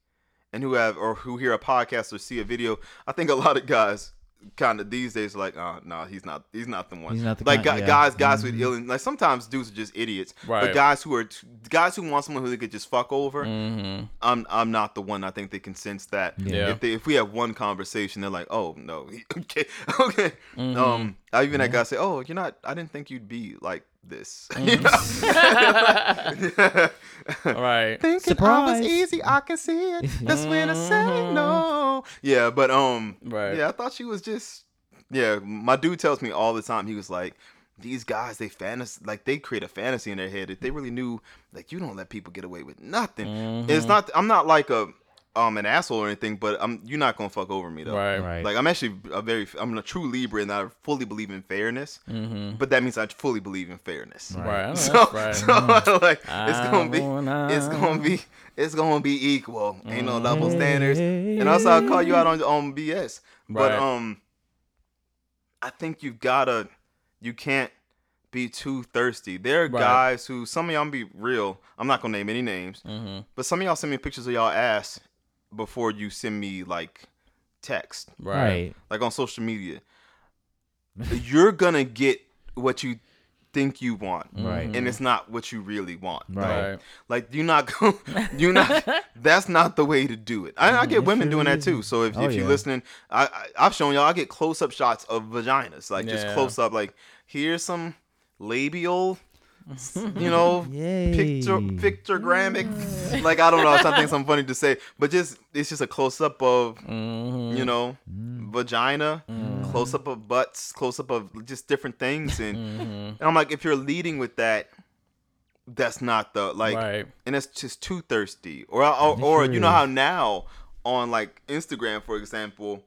Speaker 2: and who have or who hear a podcast or see a video, I think a lot of guys kind of these days like, uh, nah, he's not, he's not the one.
Speaker 3: He's not the
Speaker 2: like gu-
Speaker 3: guy- yeah.
Speaker 2: guys,
Speaker 3: Mm-hmm.
Speaker 2: guys with ill, like sometimes dudes are just idiots.
Speaker 1: Right.
Speaker 2: But guys who are t- guys who want someone who they could just fuck over,
Speaker 1: Mm-hmm.
Speaker 2: I'm I'm not the one. I think they can sense that.
Speaker 1: Yeah.
Speaker 2: If they if we have one conversation, they're like, oh no, (laughs) okay, okay.
Speaker 1: Mm-hmm.
Speaker 2: Um, I even had guys say, oh, you're not. I didn't think you'd be like this. (laughs)
Speaker 1: Mm-hmm.
Speaker 2: You know? (laughs)
Speaker 1: Right.
Speaker 2: Thinking I
Speaker 3: Surprise.
Speaker 2: was easy, I can see it. That's when I say no. Yeah, but um,
Speaker 1: Mm-hmm. Right.
Speaker 2: yeah, I thought she was just yeah. My dude tells me all the time. He was like, these guys, they fantasy like they create a fantasy in their head that they really knew. Like you don't let people get away with nothing. It's
Speaker 1: Mm-hmm.
Speaker 2: not. I'm not like a um an asshole or anything, but I'm you're not gonna fuck over me though.
Speaker 1: Right.
Speaker 3: Right.
Speaker 2: Like I'm actually a very I'm a true Libra and I fully believe in fairness,
Speaker 1: Mm-hmm.
Speaker 2: but that means I fully believe in fairness.
Speaker 1: Right. I know
Speaker 2: (laughs) So,
Speaker 1: that's right. Mm-hmm.
Speaker 2: so (laughs) like it's
Speaker 1: I
Speaker 2: gonna be
Speaker 1: wanna-
Speaker 2: it's gonna be it's gonna be equal. Ain't no double
Speaker 1: Mm-hmm.
Speaker 2: standards. And also I'll call you out on on BS. But
Speaker 1: Right.
Speaker 2: um I think you've gotta you can't be too thirsty. There are
Speaker 1: Right.
Speaker 2: guys who some of y'all be real. I'm not gonna name any names,
Speaker 1: Mhm.
Speaker 2: but some of y'all send me pictures of y'all ass before you send me like text
Speaker 1: Right.
Speaker 2: like on social
Speaker 1: (laughs)
Speaker 2: media, you're gonna get what you think you want,
Speaker 3: Right.
Speaker 2: and it's not what you really want.
Speaker 3: Right.
Speaker 1: Mm. Right.
Speaker 2: Like you're not (laughs) going, you're not.
Speaker 3: (laughs)
Speaker 2: That's not the way to do it. I, I
Speaker 3: Mm-hmm.
Speaker 2: get women doing that too. So if,
Speaker 3: Oh,
Speaker 2: if you're
Speaker 3: yeah.
Speaker 2: listening, I, I I've shown y'all. I get close up shots of vaginas, like just
Speaker 1: Yeah.
Speaker 2: close up. Like here's some labial.
Speaker 3: (laughs)
Speaker 2: You know,
Speaker 3: Yay.
Speaker 2: picture pictogrammic. like I don't know, something some funny to say, but just it's just a close up of
Speaker 1: Mm-hmm.
Speaker 2: you know, vagina, close up of butts, close up of just different things. And,
Speaker 1: Mm-hmm.
Speaker 2: and I'm like, if you're leading with that, that's not the like,
Speaker 1: Right.
Speaker 2: and that's just too thirsty. Or, or, or you know how now on like Instagram, for example,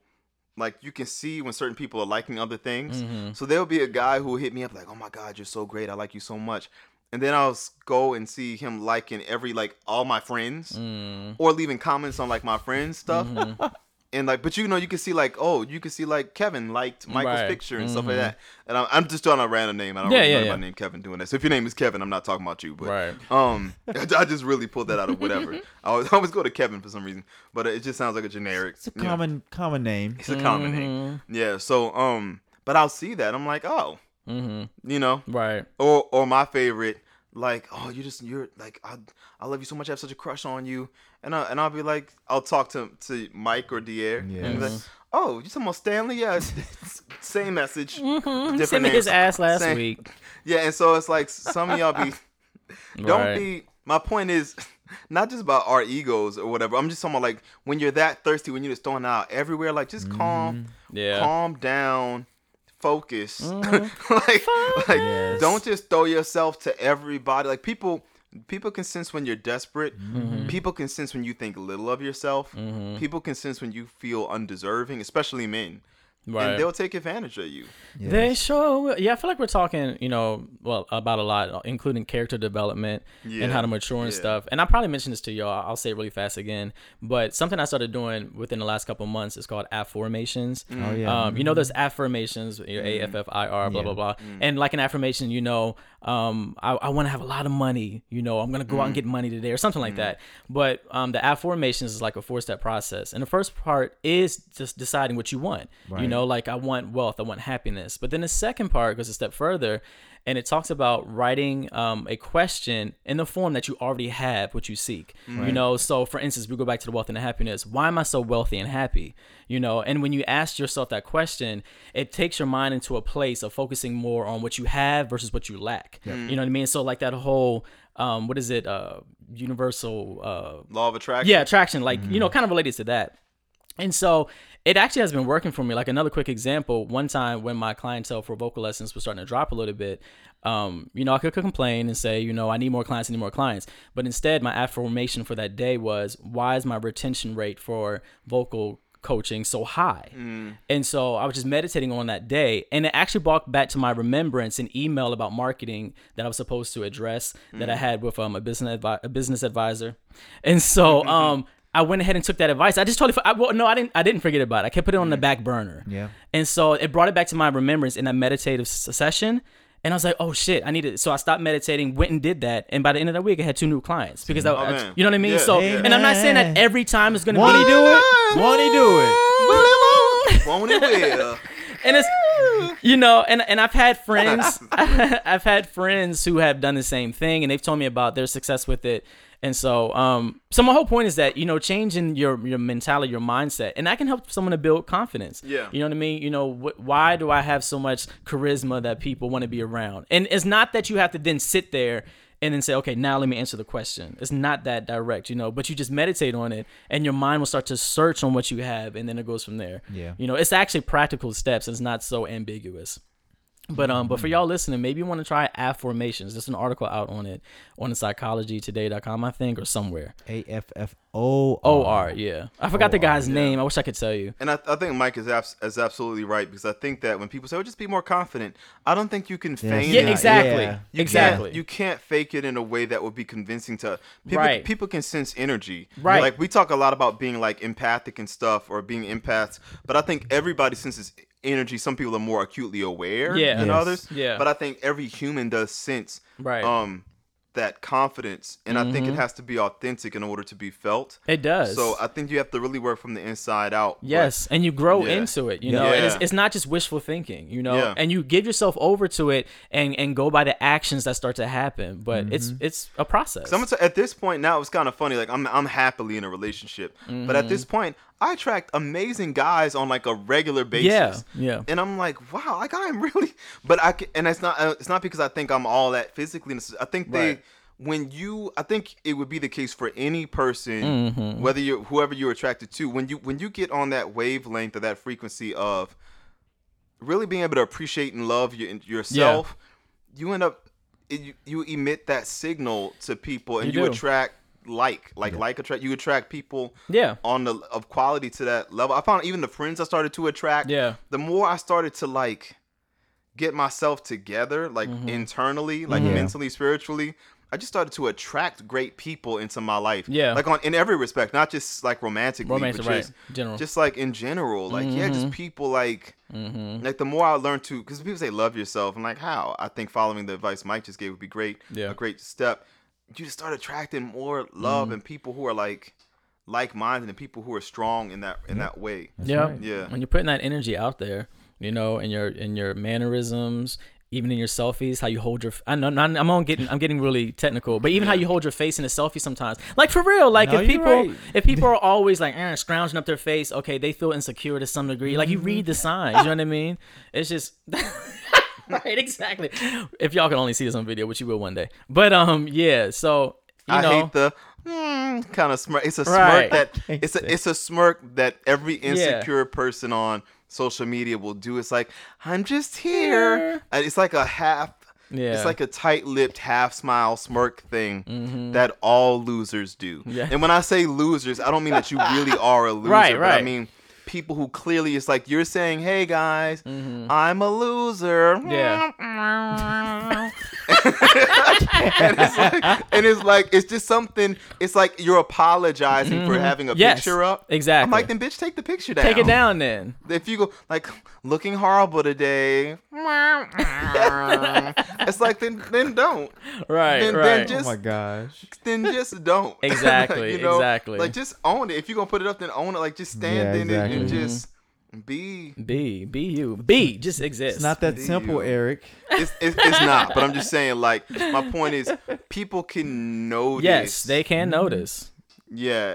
Speaker 2: like you can see when certain people are liking other things.
Speaker 1: Mm-hmm.
Speaker 2: So there'll be a guy who will hit me up like, "Oh my god, you're so great. I like you so much." And then I'll s- go and see him liking every like all my friends
Speaker 1: Mm.
Speaker 2: or leaving comments on like my friends stuff.
Speaker 1: Mm-hmm.
Speaker 2: (laughs) And like, but you know, you can see like, oh, you can see like Kevin liked Michael's
Speaker 1: Right. Mm-hmm.
Speaker 2: picture and stuff like that. And I'm, I'm just throwing a random name. I don't
Speaker 1: Yeah,
Speaker 2: really
Speaker 1: yeah,
Speaker 2: know
Speaker 1: yeah.
Speaker 2: my name Kevin doing that. So if your name is Kevin, I'm not talking about you. But
Speaker 1: Right.
Speaker 2: um, (laughs) I I just really pulled that out of whatever. I always, I always go to Kevin for some reason, but it just sounds like a generic.
Speaker 3: It's a
Speaker 2: you know.
Speaker 3: common Mm-hmm. common name.
Speaker 2: It's a common name. Yeah. So um, but I'll see that. I'm like, oh,
Speaker 1: Mm-hmm.
Speaker 2: you know,
Speaker 1: Right.
Speaker 2: or or my favorite, like, oh, you just you're like, I I love you so much. I have such a crush on you, and I, and I'll be like, I'll talk to to Mike or Dier, and be like,
Speaker 3: Yes.
Speaker 2: oh, you talking about Stanley? Yeah, (laughs) it's- it's same message,
Speaker 1: Mm-hmm.
Speaker 2: different
Speaker 1: Sent me
Speaker 2: names.
Speaker 1: his ass last
Speaker 2: Same-
Speaker 1: week.
Speaker 2: Yeah, and so it's like some of y'all
Speaker 1: (laughs)
Speaker 2: be. Don't
Speaker 1: Right.
Speaker 2: be. My point is (laughs) not just about our egos or whatever. I'm just talking about like when you're that thirsty, when you're just throwing out everywhere, like just calm,
Speaker 1: Mm-hmm. Yeah. Mm-hmm.
Speaker 2: calm down, focus. (laughs) like, like
Speaker 3: Yes.
Speaker 2: don't just throw yourself to everybody. Like people, people can sense when you're desperate.
Speaker 1: Mm-hmm.
Speaker 2: People can sense when you think little of yourself. People can sense when you feel undeserving, especially men,
Speaker 1: Right.
Speaker 2: and they'll take advantage of you.
Speaker 3: Yes.
Speaker 1: They sure will. Yeah, I feel like we're talking, you know, well, about a lot, including character development
Speaker 2: Yeah,
Speaker 1: and how to mature and
Speaker 2: yeah.
Speaker 1: stuff. And I probably mentioned this to y'all. I'll say it really fast again. But something I started doing within the last couple months is called affirmations.
Speaker 2: Mm-hmm.
Speaker 3: Oh yeah. Mm-hmm.
Speaker 1: Um, you know, there's affirmations, your A F F I R, blah, blah, blah.
Speaker 3: Mm.
Speaker 1: And like an affirmation, you know, um, I, I want to have a lot of money, you know, I'm going to go out
Speaker 3: Mm.
Speaker 1: and get money today or something like that. But um, the affirmations is like a four step process. And the first part is just deciding what you want, you know, like I want wealth, I want happiness. But then the second part goes a step further and it talks about writing um, a question in the form that you already have what you seek you know so for instance we go back to the wealth and the happiness why am i so wealthy and happy you know and when you ask yourself that question it takes your mind into a place of focusing more on what you have versus what you lack you know what i mean so like that whole um, what is it uh, universal uh,
Speaker 2: Law of attraction.
Speaker 1: yeah, attraction, like you know, kind of related to that. And so it actually has been working for me. Like another quick example, one time when my clientele for vocal lessons was starting to drop a little bit, um, you know, I could complain and say, you know, I need more clients, I need more clients. But instead, my affirmation for that day was, why is my retention rate for vocal coaching so high? And so I was just meditating on that day, and it actually brought back to my remembrance an email about marketing that I was supposed to address that I had with um, a business advi- a business advisor, and so um. I went ahead and took that advice. I just totally, for- I, well, no, I didn't. I didn't forget about it. I kept putting it on the back burner.
Speaker 3: Yeah.
Speaker 1: And so it brought it back to my remembrance in a meditative s- session, and I was like, "Oh shit, I need it." So I stopped meditating, went and did that, and by the end of the week, I had two new clients because I, I-
Speaker 2: man.
Speaker 1: you know what I mean.
Speaker 2: Yeah,
Speaker 1: so,
Speaker 2: yeah.
Speaker 1: and I'm not saying that every time is going to be
Speaker 3: Won't he do it? Won't he do it?
Speaker 2: won't
Speaker 1: (laughs)
Speaker 2: it will.
Speaker 1: and it's you know and and i've had friends (laughs) i've had friends who have done the same thing and they've told me about their success with it and so um so my whole point is that you know changing your your mentality your mindset and that can help someone to build confidence
Speaker 2: Yeah.
Speaker 1: you know what i mean you know wh- why do i have so much charisma that people want to be around and it's not that you have to then sit there and then say okay now let me answer the question it's not that direct you know but you just meditate on it and your mind will start to search on what you have and then it goes from there
Speaker 3: Yeah.
Speaker 1: you know, it's actually practical steps. It's not so ambiguous. But um, but for y'all listening, maybe you want to try affirmations. There's an article out on it on psychologytoday.com, I think, or somewhere.
Speaker 3: A F F O
Speaker 1: O Oh, R, yeah. I forgot the guy's name. I wish I could tell you.
Speaker 2: And I, I think Mike is abs- is absolutely right because I think that when people say, "Oh, just be more confident," I don't think you can feign.
Speaker 1: Yeah,
Speaker 2: it.
Speaker 1: exactly.
Speaker 3: yeah.
Speaker 2: You
Speaker 1: Exactly.
Speaker 2: Can't, you can't fake it in a way that would be convincing to people.
Speaker 1: Right.
Speaker 2: People can sense energy.
Speaker 1: Right.
Speaker 2: Like we talk a lot about being like empathic and stuff, or being empaths, but I think everybody senses energy. Some people are more acutely aware
Speaker 1: Yeah.
Speaker 2: than
Speaker 1: Yes.
Speaker 2: others.
Speaker 1: Yeah.
Speaker 2: But I think every human does sense.
Speaker 1: Right. Mm-hmm.
Speaker 2: Um, that confidence, and I think it has to be authentic in order to be felt.
Speaker 1: it does.
Speaker 2: So I think you have to really work from the inside out. but-
Speaker 1: Yes, and you grow
Speaker 2: Yeah.
Speaker 1: into it, you know. And it's,
Speaker 2: Yeah.
Speaker 1: it's not just wishful thinking, you know.
Speaker 2: Yeah.
Speaker 1: And you give yourself over to it, and and go by the actions that start to happen. But it's
Speaker 2: Mm-hmm.
Speaker 1: it's a process.
Speaker 2: So I'm gonna t- at this point now it's kind of funny. Like I'm I'm happily in a relationship, but at this point I attract amazing guys on like a regular basis.
Speaker 1: Mm-hmm. Yeah, yeah.
Speaker 2: And I'm like, wow, like I am really. (laughs) But I can, and it's not uh, it's not because I think I'm all that physically. necess- I think they.
Speaker 1: Right.
Speaker 2: When you, I think it would be the case for any person,
Speaker 1: Mm-hmm.
Speaker 2: whether you're whoever you're attracted to. When you when you get on that wavelength or that frequency of really being able to appreciate and love your, yourself, you end up it, you, you emit that signal to people and
Speaker 1: You
Speaker 2: you,
Speaker 1: do.
Speaker 2: attract like like like attract you attract people
Speaker 1: Yeah.
Speaker 2: on the of quality to that level i found even the friends i started to attract
Speaker 1: Yeah.
Speaker 2: the more i started to like get myself together like
Speaker 1: Mm-hmm.
Speaker 2: internally like mentally spiritually i just started to attract great people into my life
Speaker 1: Yeah.
Speaker 2: like on in every respect not just like romantically
Speaker 1: Romantic,
Speaker 2: but
Speaker 1: right.
Speaker 2: just,
Speaker 1: General.
Speaker 2: just like in general like yeah just people like like the more I learn to, because people say love yourself, I'm like, how? I think following the advice Mike just gave would be great,
Speaker 1: Yeah. Mm-hmm.
Speaker 2: a great step. You just start attracting more love and people who are like like-minded and people who are strong in that in that way.
Speaker 1: yeah
Speaker 3: right.
Speaker 2: Yeah.
Speaker 1: when you're putting that energy out there you know in your in your mannerisms even in your selfies how you hold your i know not, i'm on getting i'm getting really technical but even how you hold your face in a selfie sometimes like for real like
Speaker 3: No,
Speaker 1: if
Speaker 3: you're
Speaker 1: people
Speaker 3: right.
Speaker 1: if people are always like eh, scrounging up their face okay they feel insecure to some degree like you
Speaker 2: Mm-hmm.
Speaker 1: read the signs you know what i mean it's just (laughs) right exactly if y'all can only see this on video which you will one day but um yeah so you
Speaker 2: I
Speaker 1: know
Speaker 2: hate the mm, kind of smirk. It's a
Speaker 1: Right.
Speaker 2: smirk
Speaker 1: (laughs)
Speaker 2: that it's a it's a smirk that every insecure person on social media will do. It's like I'm just here. And it's like a half.
Speaker 1: Yeah.
Speaker 2: It's like a tight-lipped half smile smirk thing that all losers do.
Speaker 1: Mm-hmm. Yeah.
Speaker 2: And when I say losers, I don't mean
Speaker 1: (laughs)
Speaker 2: that you really are a loser.
Speaker 1: Right,
Speaker 2: But I
Speaker 1: right.
Speaker 2: mean people who clearly it's like you're saying, "Hey guys,
Speaker 1: Mm-hmm.
Speaker 2: I'm a loser." Hmm.
Speaker 1: Yeah.
Speaker 2: (laughs) and it's like it's just something. It's like you're apologizing for having a
Speaker 1: Mm-hmm. Yes,
Speaker 2: picture up.
Speaker 1: exactly.
Speaker 2: I'm like, then bitch, take the picture down.
Speaker 1: take it down then
Speaker 2: If you go like looking
Speaker 1: (laughs)
Speaker 2: horrible today, it's like then then don't.
Speaker 1: right
Speaker 2: Then- then
Speaker 1: right
Speaker 2: just-
Speaker 3: Oh my gosh.
Speaker 2: Then just don't. (laughs)
Speaker 1: Exactly, exactly.
Speaker 2: Like just own it. If you're gonna put it up, then own it. Like just stand
Speaker 3: Yeah,
Speaker 2: in it and
Speaker 3: exactly. Mm-hmm.
Speaker 2: just be.
Speaker 1: Be be you. Be just exist.
Speaker 3: It's not that
Speaker 2: Do
Speaker 3: simple,
Speaker 2: you- (laughs)
Speaker 3: Eric.
Speaker 2: It's, it's, it's not. But I'm just saying. Like my point is, people can notice.
Speaker 1: Yes, they can notice.
Speaker 2: Yeah.
Speaker 1: They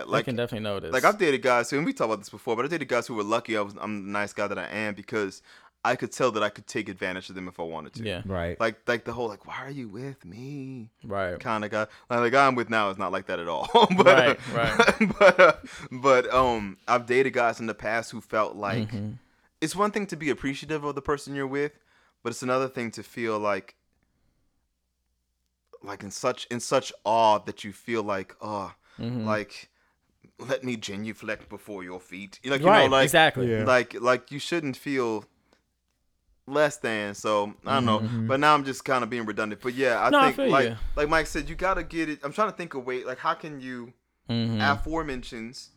Speaker 2: Mm-hmm. Like
Speaker 1: can definitely notice.
Speaker 2: Like I've dated guys who, and we talked about this before, but I dated guys who were lucky. I was, I'm the nice guy that I am because I could tell that I could take advantage of them if I wanted to.
Speaker 1: yeah,
Speaker 3: Right.
Speaker 2: Like, like the whole like, why are you with me?
Speaker 1: right.
Speaker 2: Kind of guy. Like the guy I'm with now is not like that at all. (laughs) but,
Speaker 1: Right,
Speaker 2: uh,
Speaker 1: right.
Speaker 2: (laughs) but, uh, but um, I've dated guys in the past who felt like
Speaker 1: Mm-hmm.
Speaker 2: it's one thing to be appreciative of the person you're with, but it's another thing to feel like, like in such in such awe that you feel like, oh,
Speaker 1: Mm-hmm.
Speaker 2: like let me genuflect before your feet. Like you
Speaker 1: right.
Speaker 2: know, like
Speaker 1: exactly.
Speaker 3: Yeah.
Speaker 2: like like you shouldn't feel less than so i don't know but now i'm just kind of being redundant but yeah i
Speaker 1: Mm-hmm. No, I
Speaker 2: think
Speaker 1: feel
Speaker 2: like
Speaker 1: you.
Speaker 2: like mike said you gotta get it i'm trying to think of way like how can you
Speaker 1: Mm-hmm.
Speaker 2: aforementions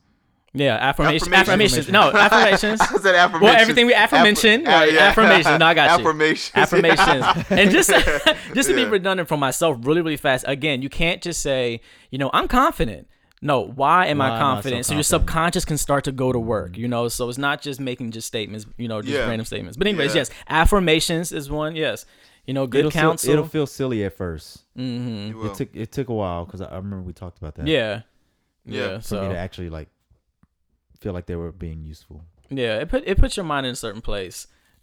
Speaker 1: Yeah. Affirmation.
Speaker 2: Affirmation. (laughs)
Speaker 1: Affirmations. No affirmations.
Speaker 2: I said affirmations.
Speaker 1: Well, everything we affirmation,
Speaker 2: Affir-
Speaker 1: right?
Speaker 2: yeah.
Speaker 1: Affirmation. No, I got you.
Speaker 2: Affirmations.
Speaker 1: affirmations and just (laughs) just to be
Speaker 2: Yeah.
Speaker 1: redundant for myself really really fast again you can't just say you know i'm confident No, why am I
Speaker 3: Why am I so
Speaker 1: confident? so your
Speaker 3: confident?
Speaker 1: subconscious can start to go to work, you know. So it's not just making just statements, you know, just
Speaker 2: Mm-hmm. Yeah.
Speaker 1: random statements. But anyways,
Speaker 2: Yeah.
Speaker 1: yes, affirmations is one. Yes, you know, good
Speaker 3: it'll feel-
Speaker 1: counsel.
Speaker 3: it'll feel silly at first.
Speaker 1: hmm
Speaker 2: (laughs) You will.
Speaker 3: It took it took a while because I, I remember we talked about that.
Speaker 1: Yeah. Yeah.
Speaker 2: Yeah, for me
Speaker 3: for me to
Speaker 1: So
Speaker 3: actually like feel like they were being useful.
Speaker 1: yeah, it put it puts your mind in a certain place,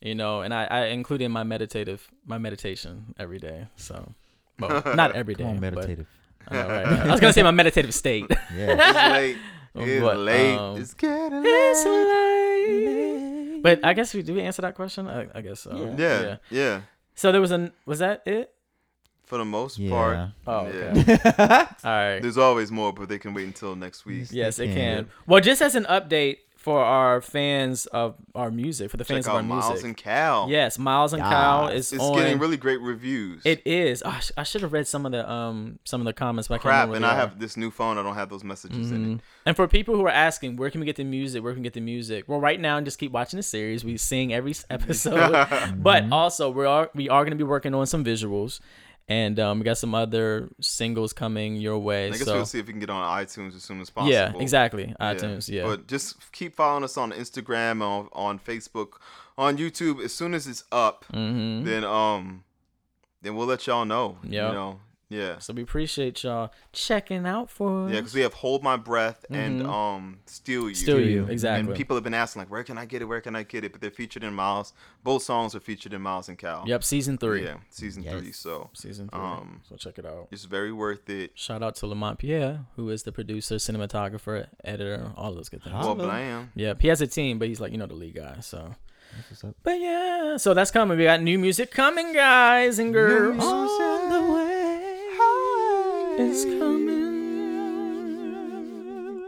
Speaker 1: you know. And I, I include in my meditative my meditation every day. So
Speaker 2: (laughs)
Speaker 1: well, not every day.
Speaker 3: Come on,
Speaker 1: but- (laughs)
Speaker 3: meditative.
Speaker 1: I know, right? I was gonna say my meditative state.
Speaker 3: Yeah.
Speaker 2: it's
Speaker 1: (laughs)
Speaker 2: late. (laughs) It's
Speaker 1: But,
Speaker 2: late.
Speaker 1: Oh, um,
Speaker 2: it's getting
Speaker 1: It's
Speaker 2: late.
Speaker 1: late. But I guess we do we answer that question. I, I guess so.
Speaker 2: Yeah, yeah,
Speaker 1: So there was an was that it?
Speaker 2: For the most
Speaker 3: yeah.
Speaker 2: part,
Speaker 1: Oh,
Speaker 2: Yeah.
Speaker 1: okay.
Speaker 3: (laughs)
Speaker 1: All right.
Speaker 2: there's always more, but they can wait until next week.
Speaker 1: Yes, it
Speaker 3: They
Speaker 1: can.
Speaker 3: can.
Speaker 1: Well, just as an update for our fans of our music, for the fans
Speaker 2: Check
Speaker 1: of our
Speaker 2: out Miles
Speaker 1: music.
Speaker 2: and Cal.
Speaker 1: yes, Miles and
Speaker 3: Yes.
Speaker 1: Kyle is
Speaker 2: it's
Speaker 1: on.
Speaker 2: getting really great reviews.
Speaker 1: it is. Oh, I sh- I should have read some of the um some of the comments. But I can't
Speaker 2: crap,
Speaker 1: remember
Speaker 2: and
Speaker 1: what
Speaker 2: I
Speaker 1: they are.
Speaker 2: have this new phone. I don't have those messages
Speaker 1: Mm-hmm.
Speaker 2: in it.
Speaker 1: And for people who are asking, where can we get the music? Where can we get the music? Well, right now, just keep watching the series. We sing every s-
Speaker 2: (laughs)
Speaker 1: episode, but also we are we are going to be working on some visuals, and um, we got some other singles coming your way.
Speaker 2: I guess
Speaker 1: so
Speaker 2: we'll see if we can get on iTunes as soon as possible.
Speaker 1: yeah, exactly.
Speaker 2: Yeah.
Speaker 1: iTunes, yeah.
Speaker 2: But just keep following us on Instagram, on, on Facebook, on YouTube. As soon as it's up,
Speaker 1: mm-hmm.
Speaker 2: then um, then we'll let y'all know.
Speaker 1: Yeah.
Speaker 2: You know. Yeah.
Speaker 1: So we appreciate y'all checking out for.
Speaker 2: Yeah,
Speaker 1: us.
Speaker 2: because we have hold my breath and um steal you.
Speaker 1: Still
Speaker 3: Steal
Speaker 1: Mm-hmm. you,
Speaker 3: You.
Speaker 1: exactly.
Speaker 2: And people have been asking like, where can I get it? Where can I get it? But they're featured in Miles. Both songs are featured in Miles and Cal.
Speaker 1: yep, season three.
Speaker 2: Yeah, season three. So
Speaker 1: Season three.
Speaker 2: Um,
Speaker 1: so check it out.
Speaker 2: it's very worth it.
Speaker 1: Shout out to Lamont Pierre, who is the producer, cinematographer, editor, all those good things.
Speaker 3: Huh?
Speaker 2: Well,
Speaker 3: Hello.
Speaker 2: blam.
Speaker 1: Yep, he has a team, but he's like you know the lead guy. So
Speaker 3: That's what's up.
Speaker 1: But yeah, so that's coming. We got new music coming, guys and girls.
Speaker 3: On the way.
Speaker 1: It's coming.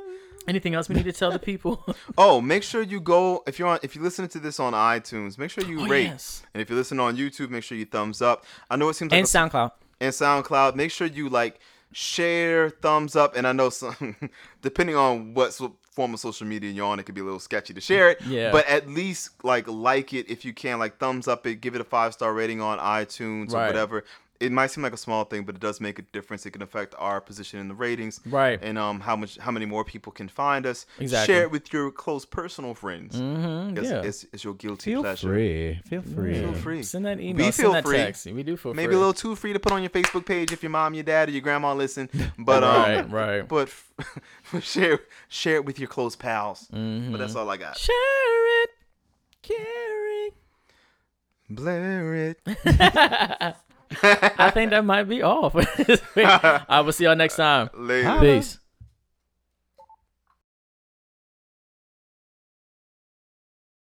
Speaker 1: Anything else we need to tell the
Speaker 3: (laughs)
Speaker 1: people? (laughs)
Speaker 2: Oh, make sure you go if you're on if you're listening to this on iTunes, make sure you
Speaker 1: Oh,
Speaker 2: rate.
Speaker 1: yes.
Speaker 2: And if you're listening on YouTube, make sure you thumbs up. I know it seems like
Speaker 1: and
Speaker 2: a-
Speaker 1: SoundCloud.
Speaker 2: and SoundCloud. Make sure you like, share, thumbs up. And I know some, (laughs) depending on what so- form of social media you're on, it could be a little sketchy to share it.
Speaker 1: Yeah.
Speaker 2: But at least like like it if you can, like thumbs up it, give it a five star rating on iTunes
Speaker 1: Right.
Speaker 2: or whatever. It might seem like a small thing, but it does make a difference. It can affect our position in the ratings,
Speaker 1: Right.
Speaker 2: And um, how much, how many more people can find us?
Speaker 1: Exactly.
Speaker 2: Share it with your close personal friends.
Speaker 1: Mm-hmm,
Speaker 2: It's,
Speaker 1: yeah.
Speaker 2: it's, it's your guilty
Speaker 3: Feel
Speaker 2: pleasure.
Speaker 3: free. Feel free.
Speaker 2: Feel free.
Speaker 1: Send that email.
Speaker 2: We
Speaker 1: send
Speaker 2: feel
Speaker 1: that
Speaker 2: free.
Speaker 1: text. We do feel
Speaker 2: Maybe
Speaker 1: free.
Speaker 2: a little too free to put on your Facebook page if your mom, your dad, or your grandma (laughs) listen. But um,
Speaker 1: Right,
Speaker 2: (laughs)
Speaker 1: right.
Speaker 2: But f- share share it with your close pals. But that's all I got.
Speaker 1: Mm-hmm. Share it. Carry.
Speaker 2: Blare it.
Speaker 1: (laughs)
Speaker 2: (laughs)
Speaker 1: I think that might be all for this week. I will see y'all next time.
Speaker 2: Later.
Speaker 1: Peace.